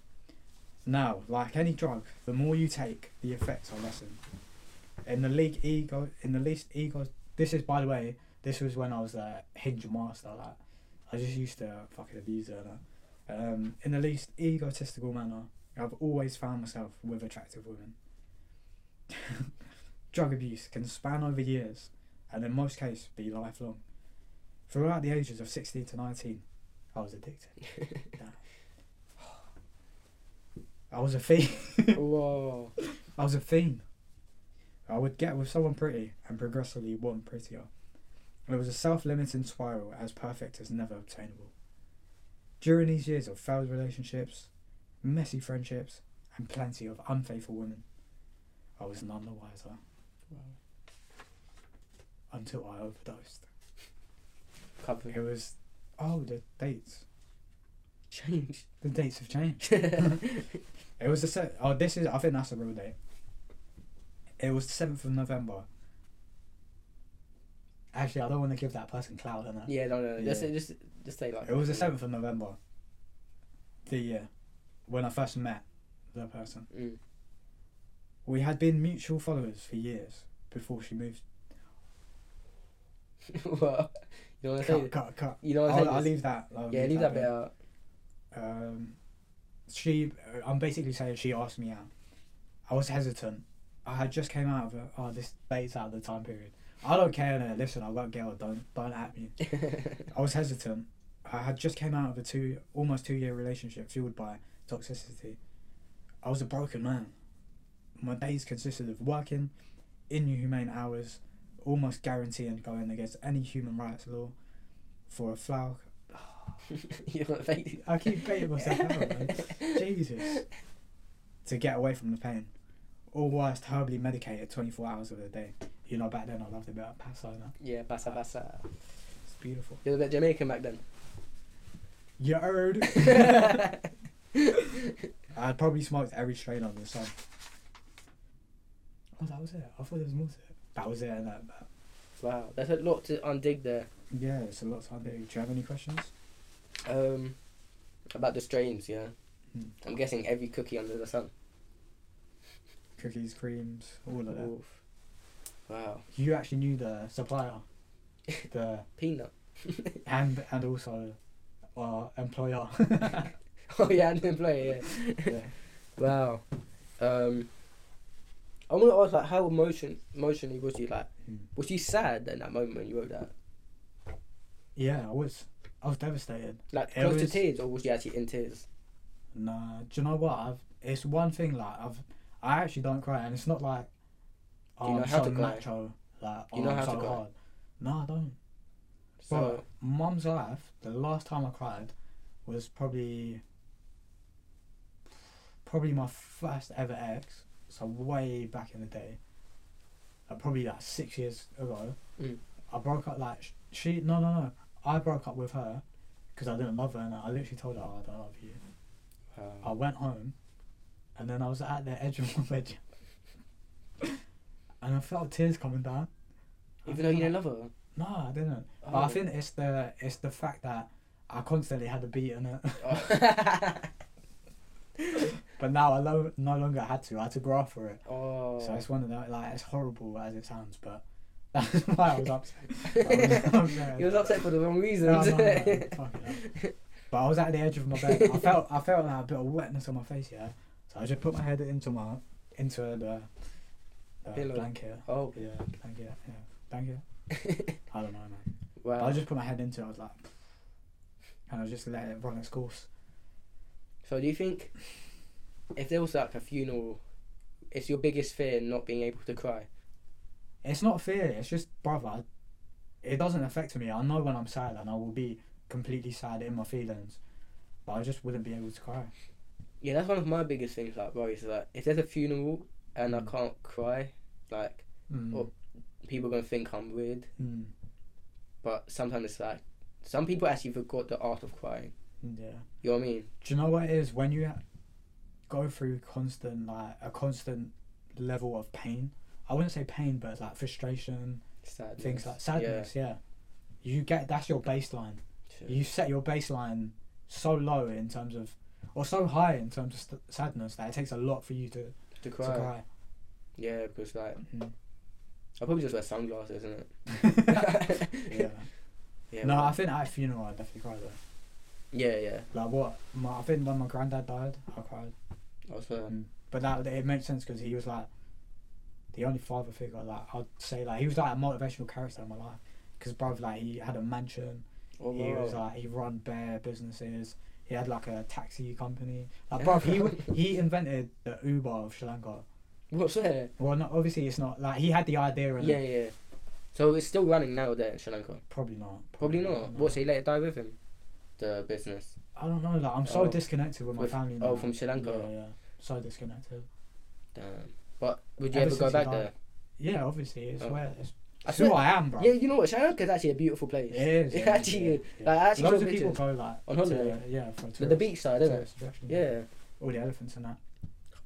S2: Now, like any drug, the more you take, the effects are lessened. In the league ego, in the least ego. This is, by the way, this was when I was a hinge master. Like, I just used to fucking abuse her. Like. Um, in the least egotistical manner, I've always found myself with attractive women. Drug abuse can span over years and in most cases be lifelong. Throughout the ages of 16 to 19, I was addicted. Damn. I was a fiend.
S3: Whoa.
S2: I was a fiend. I would get with someone pretty and progressively one prettier. It was a self limiting spiral as perfect as never obtainable. During these years of failed relationships, messy friendships, and plenty of unfaithful women, I was none the wiser until I overdosed.
S3: Cover
S2: It was, oh, the dates.
S3: change.
S2: The dates have changed. It was the se- oh this is I think that's a real date. It was the seventh of November. Actually, I don't want to give that person clout on that.
S3: yeah, no, no, no. Just,
S2: Yeah.
S3: just, just say like.
S2: It was the seventh of November. The year when I first met the person.
S3: Mm.
S2: We had been mutual followers for years before she moved.
S3: Whoa. You don't want to say.
S2: Cut, cut, cut.
S3: You don't want
S2: I'll,
S3: to
S2: I'll
S3: say. this?
S2: leave that. I'll
S3: Yeah, leave that bit
S2: bit.
S3: out.
S2: um, she I'm basically saying she asked me out. I was hesitant. I I had just came out of it. Oh, this dates out of the time period. I don't care. No, listen, I've got a girl. Don't don't at me. I was hesitant. I had just came out of a two almost two year relationship fueled by toxicity. I was a broken man. My days consisted of working inhumane hours, almost guaranteeing going against any human rights law for a flower.
S3: You're not fake.
S2: I keep baiting myself out, man. Jesus. To get away from the pain. All whilst horribly medicated 24 hours of the day. You know, back then I loved a bit of Pasadena.
S3: Yeah, basa basa.
S2: It's beautiful.
S3: You were a bit Jamaican back
S2: You heard?
S3: then.
S2: I'd probably smoked every strain on the sun. Oh, that was it. I thought there was more to it. That was it. And that, that.
S3: wow, there's a lot to undig there.
S2: Yeah, it's a lot to undo. Do you have any questions?
S3: Um, about the strains, yeah.
S2: Hmm.
S3: I'm guessing every cookie under the sun.
S2: Cookies, creams, all of that.
S3: Oof. Wow,
S2: You actually knew the supplier, the
S3: peanut.
S2: and and also our employer.
S3: oh yeah, an employee. Yeah.
S2: Yeah.
S3: wow. Um, I want to ask like, how emotion emotionally was you? Like,
S2: Hmm.
S3: was you sad in that moment when you wrote that?
S2: yeah, I was. I was devastated.
S3: Like,
S2: It
S3: close to
S2: was-
S3: tears, or was you actually in tears?
S2: Nah, do you know what? I've it's one thing like I've I actually don't cry, and it's not like
S3: Do you know
S2: I'm
S3: how
S2: so
S3: to cry?
S2: macho, like
S3: You know
S2: I'm
S3: how
S2: so
S3: to cry?
S2: hard. No, I don't.
S3: So,
S2: But mum's life, the last time I cried was probably probably my first ever ex. So way back in the day, uh, probably like six years ago,
S3: Mm.
S2: I broke up. Like sh- she, no, no, no, I broke up with her because I didn't love her, and I literally told her, oh, "I don't love you." I
S3: wow.
S2: went home, and then I was at the edge of my bed, and I felt tears coming down.
S3: even though you didn't love her.
S2: No, I didn't. But
S3: Oh.
S2: I think it's the it's the fact that I constantly had a beat in it,
S3: Oh.
S2: but now I lo- no longer had to. I had to grow up for it.
S3: oh.
S2: So it's one of the like it's horrible as it sounds, but that's why I was upset. I was upset.
S3: you was upset for the wrong
S2: No,
S3: reasons.
S2: no, no, no, fuck it. But I was at the edge of my bed. I felt I felt like a bit of wetness on my face, yeah. So I just put my head into my into the, the
S3: Pillow.
S2: blanket.
S3: oh
S2: Yeah, blanket. Yeah, blanket. I don't know, man. But
S3: wow.
S2: I just put my head into it. I was like, and I just let it run its course.
S3: So do you think if there was like a funeral, it's your biggest fear not being able to cry?
S2: It's not fear. It's just, brother. I- It doesn't affect me. I know when I'm sad, and I will be completely sad in my feelings. But I just wouldn't be able to cry.
S3: Yeah, that's one of my biggest things. Like, bro, is like if there's a funeral and I
S2: Mm.
S3: can't cry, like
S2: Mm.
S3: Or- people are gonna think I'm weird.
S2: Mm.
S3: But sometimes it's like some people actually forgot the art of crying.
S2: Yeah.
S3: You know what I mean?
S2: Do you know what it is when you go through constant like a constant level of pain? I wouldn't say pain, but like frustration,
S3: Sadness.
S2: things like sadness. Yeah. you get that's your baseline.
S3: Yeah,
S2: You set your baseline so low in terms of, or so high in terms of st- sadness that it takes a lot for you to
S3: to cry.
S2: to cry.
S3: Yeah, because like
S2: Mm.
S3: I probably just wear sunglasses, isn't it?
S2: yeah.
S3: yeah.
S2: No,
S3: but-
S2: I think at a funeral I definitely cried though.
S3: yeah, yeah.
S2: Like what? My, I think when my granddad died, I cried.
S3: I was uh,
S2: Mm. But that it makes sense because he was like the only father figure. Like I'd say, like he was like a motivational character in my life. Because bruv, like he had a mansion.
S3: oh,
S2: he was
S3: wow.
S2: like he run bare businesses. He had like a taxi company. Like bruv, he w- he invented the Uber of Sri Lanka.
S3: what's that?
S2: Well, not obviously it's not like he had the idea and
S3: Yeah, yeah. So it's still running now there in Sri Lanka.
S2: probably not.
S3: Probably not.
S2: no.
S3: What's he let it die with him? The business.
S2: I don't know. Like I'm so
S3: Oh.
S2: disconnected with my
S3: With-
S2: family.
S3: oh,
S2: now.
S3: from Sri Lanka.
S2: Yeah, yeah. So disconnected.
S3: Damn. But would you
S2: Ever
S3: ever, go
S2: since he
S3: back
S2: died.
S3: there?
S2: Yeah, obviously it's
S3: Oh.
S2: where it's,
S3: I
S2: it's who
S3: swear-
S2: I am, bro.
S3: Yeah, you know what? Sri Lanka's actually a beautiful place.
S2: It is.
S3: It
S2: yeah,
S3: actually
S2: yeah,
S3: is.
S2: yeah.
S3: Like, I actually
S2: Loads
S3: saw
S2: of people
S3: pictures.
S2: go like
S3: On
S2: to-
S3: holiday.
S2: yeah, for
S3: The,
S2: tourists,
S3: the beach side, isn't it?
S2: tourist attraction.
S3: Yeah.
S2: all the elephants and that.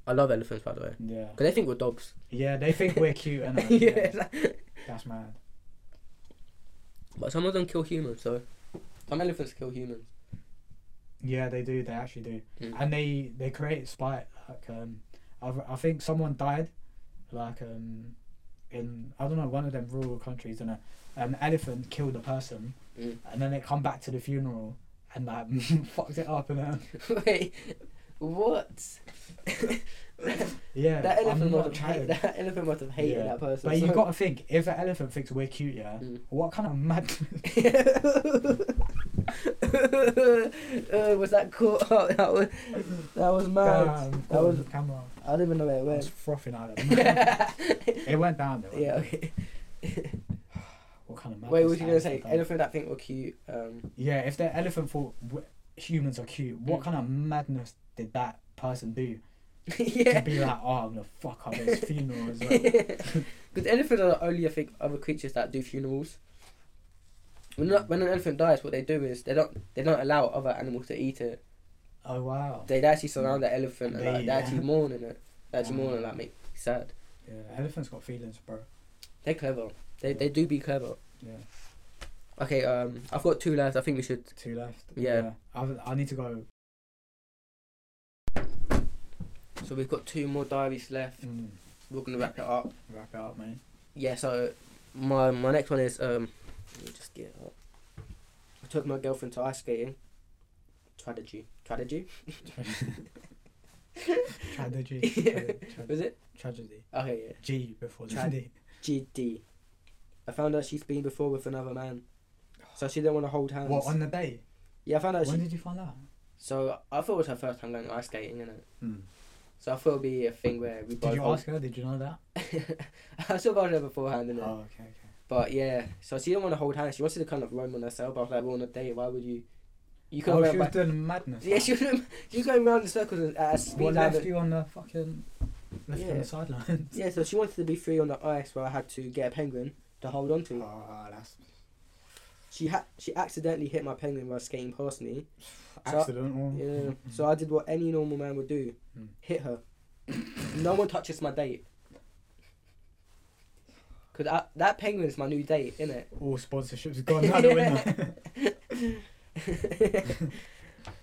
S3: I love elephants, by the way.
S2: Yeah,
S3: Because they think we're dogs.
S2: yeah, they think we're cute and that.
S3: yeah.
S2: yeah,
S3: like-
S2: that's mad.
S3: but some of them kill humans, so. Some elephants kill humans.
S2: Yeah, they do. They actually do,
S3: Mm.
S2: and they they create spite. Like um, I I think someone died, like um, in I don't know one of them rural countries, and a, an elephant killed a person,
S3: Mm.
S2: and then they come back to the funeral and like fucked it up and.
S3: Wait. What?
S2: Yeah,
S3: that elephant
S2: I'm
S3: must have
S2: not
S3: hated
S2: tired.
S3: that elephant must have hated
S2: Yeah.
S3: that person.
S2: But you got to think, if that elephant thinks we're cute, yeah,
S3: Mm.
S2: what kind of madness?
S3: uh, was that caught up? That was, that was mad.
S2: Damn,
S3: that was.
S2: camera.
S3: I don't even know where it
S2: That's
S3: went.
S2: frothing out of it.
S3: yeah.
S2: It went down there.
S3: Okay.
S2: What kind of madness?
S3: Wait, what was you gonna
S2: that
S3: say?
S2: elephant done?
S3: Elephant that think were cute. Um.
S2: Yeah, if the elephant thought w- humans are cute, what
S3: Mm.
S2: kind of madness did that person do
S3: yeah.
S2: to be like, oh, I'm gonna fuck up this funeral as well?
S3: Because elephants are the only, I think, other creatures that do funerals. When, not, when an elephant dies, what they do is they don't they don't allow other animals to eat it.
S2: Oh wow.
S3: They actually surround the elephant and like, they
S2: Yeah.
S3: actually mourn in it. They actually mourn and
S2: Wow.
S3: like make me sad.
S2: Yeah, elephants got feelings, bro.
S3: They're clever. They they do be clever.
S2: Yeah.
S3: Okay. Um. I've got two left. I think we should.
S2: Two left.
S3: Yeah.
S2: I, I need to go.
S3: So we've got two more diaries left.
S2: Mm,
S3: We're gonna wrap it up.
S2: wrap it up, man.
S3: Yeah. So my my next one is um. Let me just get it up. I took my girlfriend to ice skating. Tragedy. Tragedy.
S2: Tragedy. Tragedy.
S3: Was it?
S2: Tragedy.
S3: Okay, yeah.
S2: G before
S3: Trad-
S2: tragedy.
S3: GD. I found out she's been before with another man. So she didn't want to hold hands.
S2: What on the day?
S3: yeah, I found out
S2: When
S3: she.
S2: did you find out?
S3: So I thought it was her first time going ice skating, innit?
S2: Mm.
S3: So I thought it'd be a thing where we Hmm. both.
S2: Did you
S3: hold-
S2: ask her? Did you know that?
S3: I still got her beforehand, innit?
S2: Oh, okay, okay.
S3: But yeah, so she didn't want to hold hands. She wanted to kind of roam on herself. But I was like, well, on a date, why would you? You can't.
S2: Oh,
S3: roam
S2: she was
S3: back-
S2: doing madness.
S3: yeah, she was, she was going round in circles at a speed
S2: What
S3: down
S2: left
S3: the-
S2: you on the fucking left you on
S3: Yeah.
S2: the sidelines?
S3: Yeah, so she wanted to be free on the ice, where I had to get a penguin to hold on to.
S2: Oh, that's
S3: She ha- she accidentally hit my penguin while skating past me. So-
S2: accidental.
S3: Yeah. So I did what any normal man would do.
S2: oh. Mm-hmm. Mm.
S3: Hit her. no one touches my date. Cause I, that penguin is my new date, innit?
S2: All sponsorships gone out the window.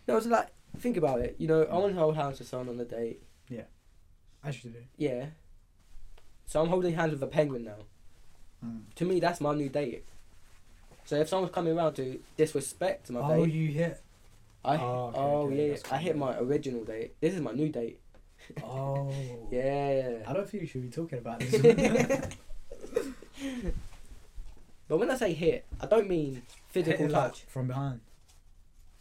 S3: no, it's like think about it. You know, I want to hold hands with someone on a date.
S2: As you do.
S3: Yeah. So I'm holding hands with a penguin now.
S2: Mm.
S3: To me, that's my new date. So if someone's coming around to disrespect my
S2: Oh,
S3: date,
S2: you hit.
S3: I
S2: oh, okay,
S3: oh
S2: okay,
S3: yeah,
S2: that's
S3: I
S2: cool.
S3: hit my original date. This is my new date.
S2: Oh.
S3: Yeah.
S2: I don't think you should be talking about this.
S3: But when I say hit, I don't mean physical
S2: Hit it, like,
S3: touch.
S2: from behind.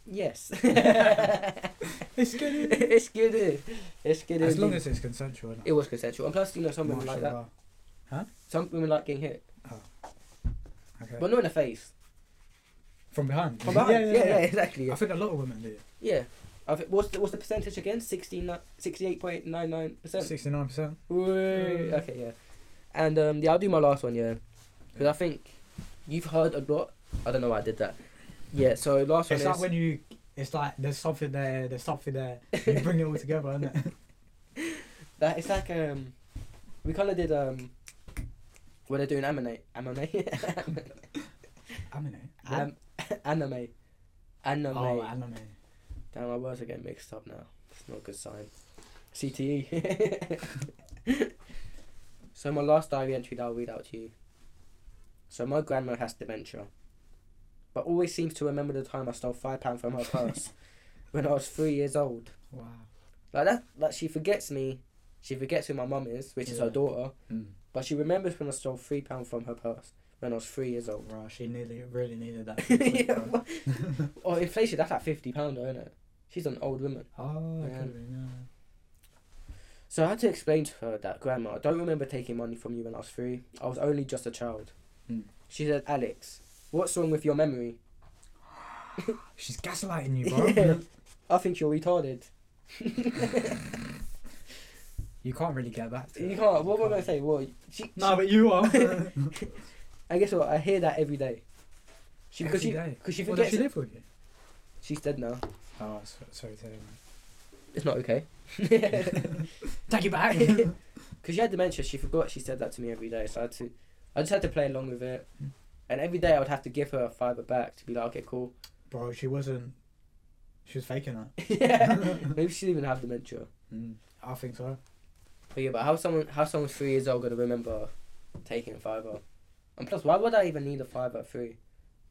S3: Yes. it's
S2: good.
S3: it's good. It's good.
S2: As long as it's consensual. and
S3: it was consensual, and plus you know some women like
S2: martial
S3: that.
S2: art.
S3: Some women like getting hit,
S2: Okay.
S3: but not in the face.
S2: from behind.
S3: From behind. Yeah, yeah,
S2: yeah.
S3: exactly.
S2: I think a lot of women do.
S3: Yeah. I think, what's the, what's the percentage again? 68.99 percent.
S2: Sixty-nine percent.
S3: Okay, yeah. And um, yeah, I'll do my last one, yeah, because I think you've heard a lot. I don't know why I did that. Yeah. So last
S2: It's
S3: one
S2: like
S3: is.
S2: when you. It's like there's something there. There's something there. You bring it all together, isn't it?
S3: That it's like um, we kind of did um, where they're doing anime, anime,
S2: I mean, what?
S3: um, anime, anime.
S2: oh, anime.
S3: Damn, my words are getting mixed up now. It's not a good sign. CTE. so my last diary entry that I'll read out to you. So my grandma has dementia, but always seems to remember the time I stole five pound from her purse when I was three years old.
S2: Wow.
S3: Like that, like she forgets me. She forgets who my mum is, which is her
S2: Yeah.
S3: daughter.
S2: Mm.
S3: But she remembers when I stole three pounds from her purse when I was three years old.
S2: Right, she nearly really needed that.
S3: yeah, what? or Oh, inflation, that's like fifty pound, isn't it? She's an old woman.
S2: Oh, that
S3: Yeah.
S2: could've been,
S3: So I had to explain to her that grandma, I don't remember taking money from you when I was three. I was only just a child.
S2: Hmm.
S3: She said, Alex, what's wrong with your memory?
S2: yeah. uh, She's gaslighting you, bro.
S3: Yeah. I think you're retarded.
S2: You can't really get back to
S3: You
S2: it.
S3: can't. What am I gonna say? What? She,
S2: No, but you are.
S3: I guess what I hear that every day. She because
S2: Every
S3: she
S2: day.
S3: because she
S2: Well, does
S3: forgets.
S2: she live with you?
S3: She's dead now.
S2: Oh, so, sorry to hear,
S3: It's not okay.
S2: man. Take it back.
S3: Because she had dementia, she forgot she said that to me every day. So I had to, I just had to play along with it.
S2: Mm.
S3: And every day I would have to give her a fiver back to be like, okay, cool.
S2: bro, she wasn't. She was faking that.
S3: yeah. Maybe she didn't even have dementia.
S2: Mm, I think so.
S3: But yeah, but how someone how someone three years old gonna remember taking a fiver? And plus, why would I even need a fiver at three?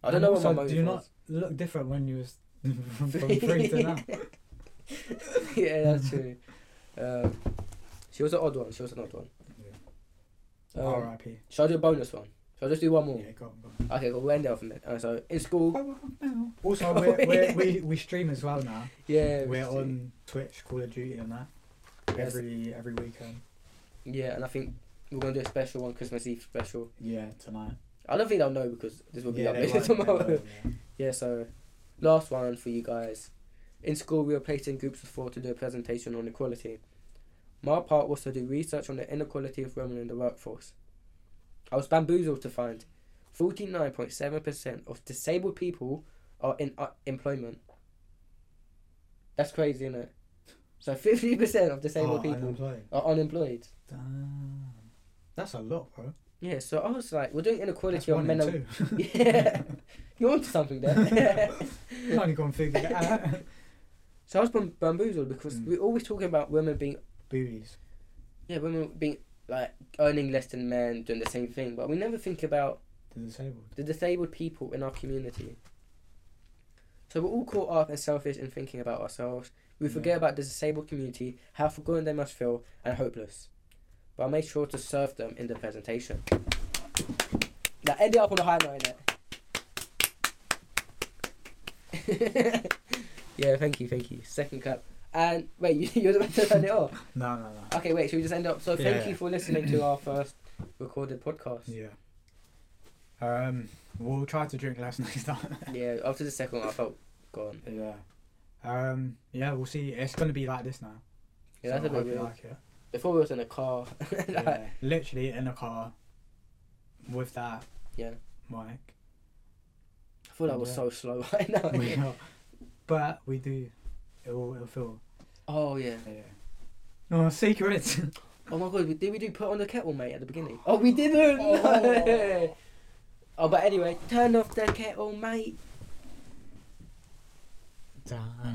S3: I don't
S2: And
S3: know
S2: also,
S3: what my
S2: Do
S3: motive
S2: you
S3: was.
S2: not look different when you was from three to now?
S3: yeah, that's true. Um, she was an odd one. She was an odd one. Um,
S2: R.I.P.
S3: Shall I do a bonus one? Shall I just do one more?
S2: Yeah, go on, go on.
S3: Okay, cool. We'll end it off a minute. Uh, so in school,
S2: Also, we're, we're, we we stream as well now.
S3: yeah,
S2: we're on Twitch, Call of Duty, and that
S3: Yes.
S2: every every weekend.
S3: Yeah, and I think we're gonna do a special one, Christmas Eve special.
S2: Yeah, tonight.
S3: I don't think they'll know because this will be
S2: yeah, they
S3: uploaded
S2: won't, they
S3: tomorrow.
S2: won't, yeah.
S3: Yeah, so last one for you guys. In school, we were placed in groups of four to do a presentation on equality. My part was to do research on the inequality of women in the workforce. I was bamboozled to find 49.7% of disabled people are in uh, employment. That's crazy, isn't it? So 50% of disabled
S2: Oh,
S3: people
S2: unemployed.
S3: are unemployed.
S2: Damn. That's a lot, bro.
S3: Yeah, so I was like, we're doing
S2: That's
S3: inequality
S2: one
S3: on men and
S2: in two.
S3: Yeah. You're onto something there.
S2: I only gone figure it out.
S3: so I was bam- bamboozled because
S2: Mm.
S3: we're always talking about women being
S2: Booties.
S3: yeah, women being like earning less than men, doing the same thing, but we never think about
S2: The disabled.
S3: the disabled people in our community. So we're all caught up and selfish in thinking about ourselves. We
S2: Yeah.
S3: forget about the disabled community, how forgotten they must feel, and hopeless. But I made sure to serve them in the presentation. Now end it up on a high note. innit? yeah, thank you, thank you. Second clap. And wait, you, you were about to turn it off.
S2: No, no, no.
S3: Okay, wait, should we just end up? So thank
S2: Yeah.
S3: you for listening to our first recorded podcast. Yeah,
S2: Yeah. Um, we'll try to drink less next time.
S3: after the second one, I felt gone.
S2: yeah. Um, yeah, we'll see. It's gonna be like this now.
S3: Yeah,
S2: so
S3: that's
S2: I
S3: a bit
S2: hope you
S3: weird.
S2: like it.
S3: Before we was in a car.
S2: Yeah. Literally in a car with that
S3: Yeah.
S2: mic.
S3: I feel like we're
S2: Yeah.
S3: so slow right now.
S2: We are- but we do. It will. It'll feel.
S3: Oh yeah.
S2: Yeah. No secrets.
S3: Oh my god, we- did we do put on the kettle, mate, at the beginning? Oh, we didn't.
S2: Oh.
S3: oh, but anyway, turn off the kettle, mate.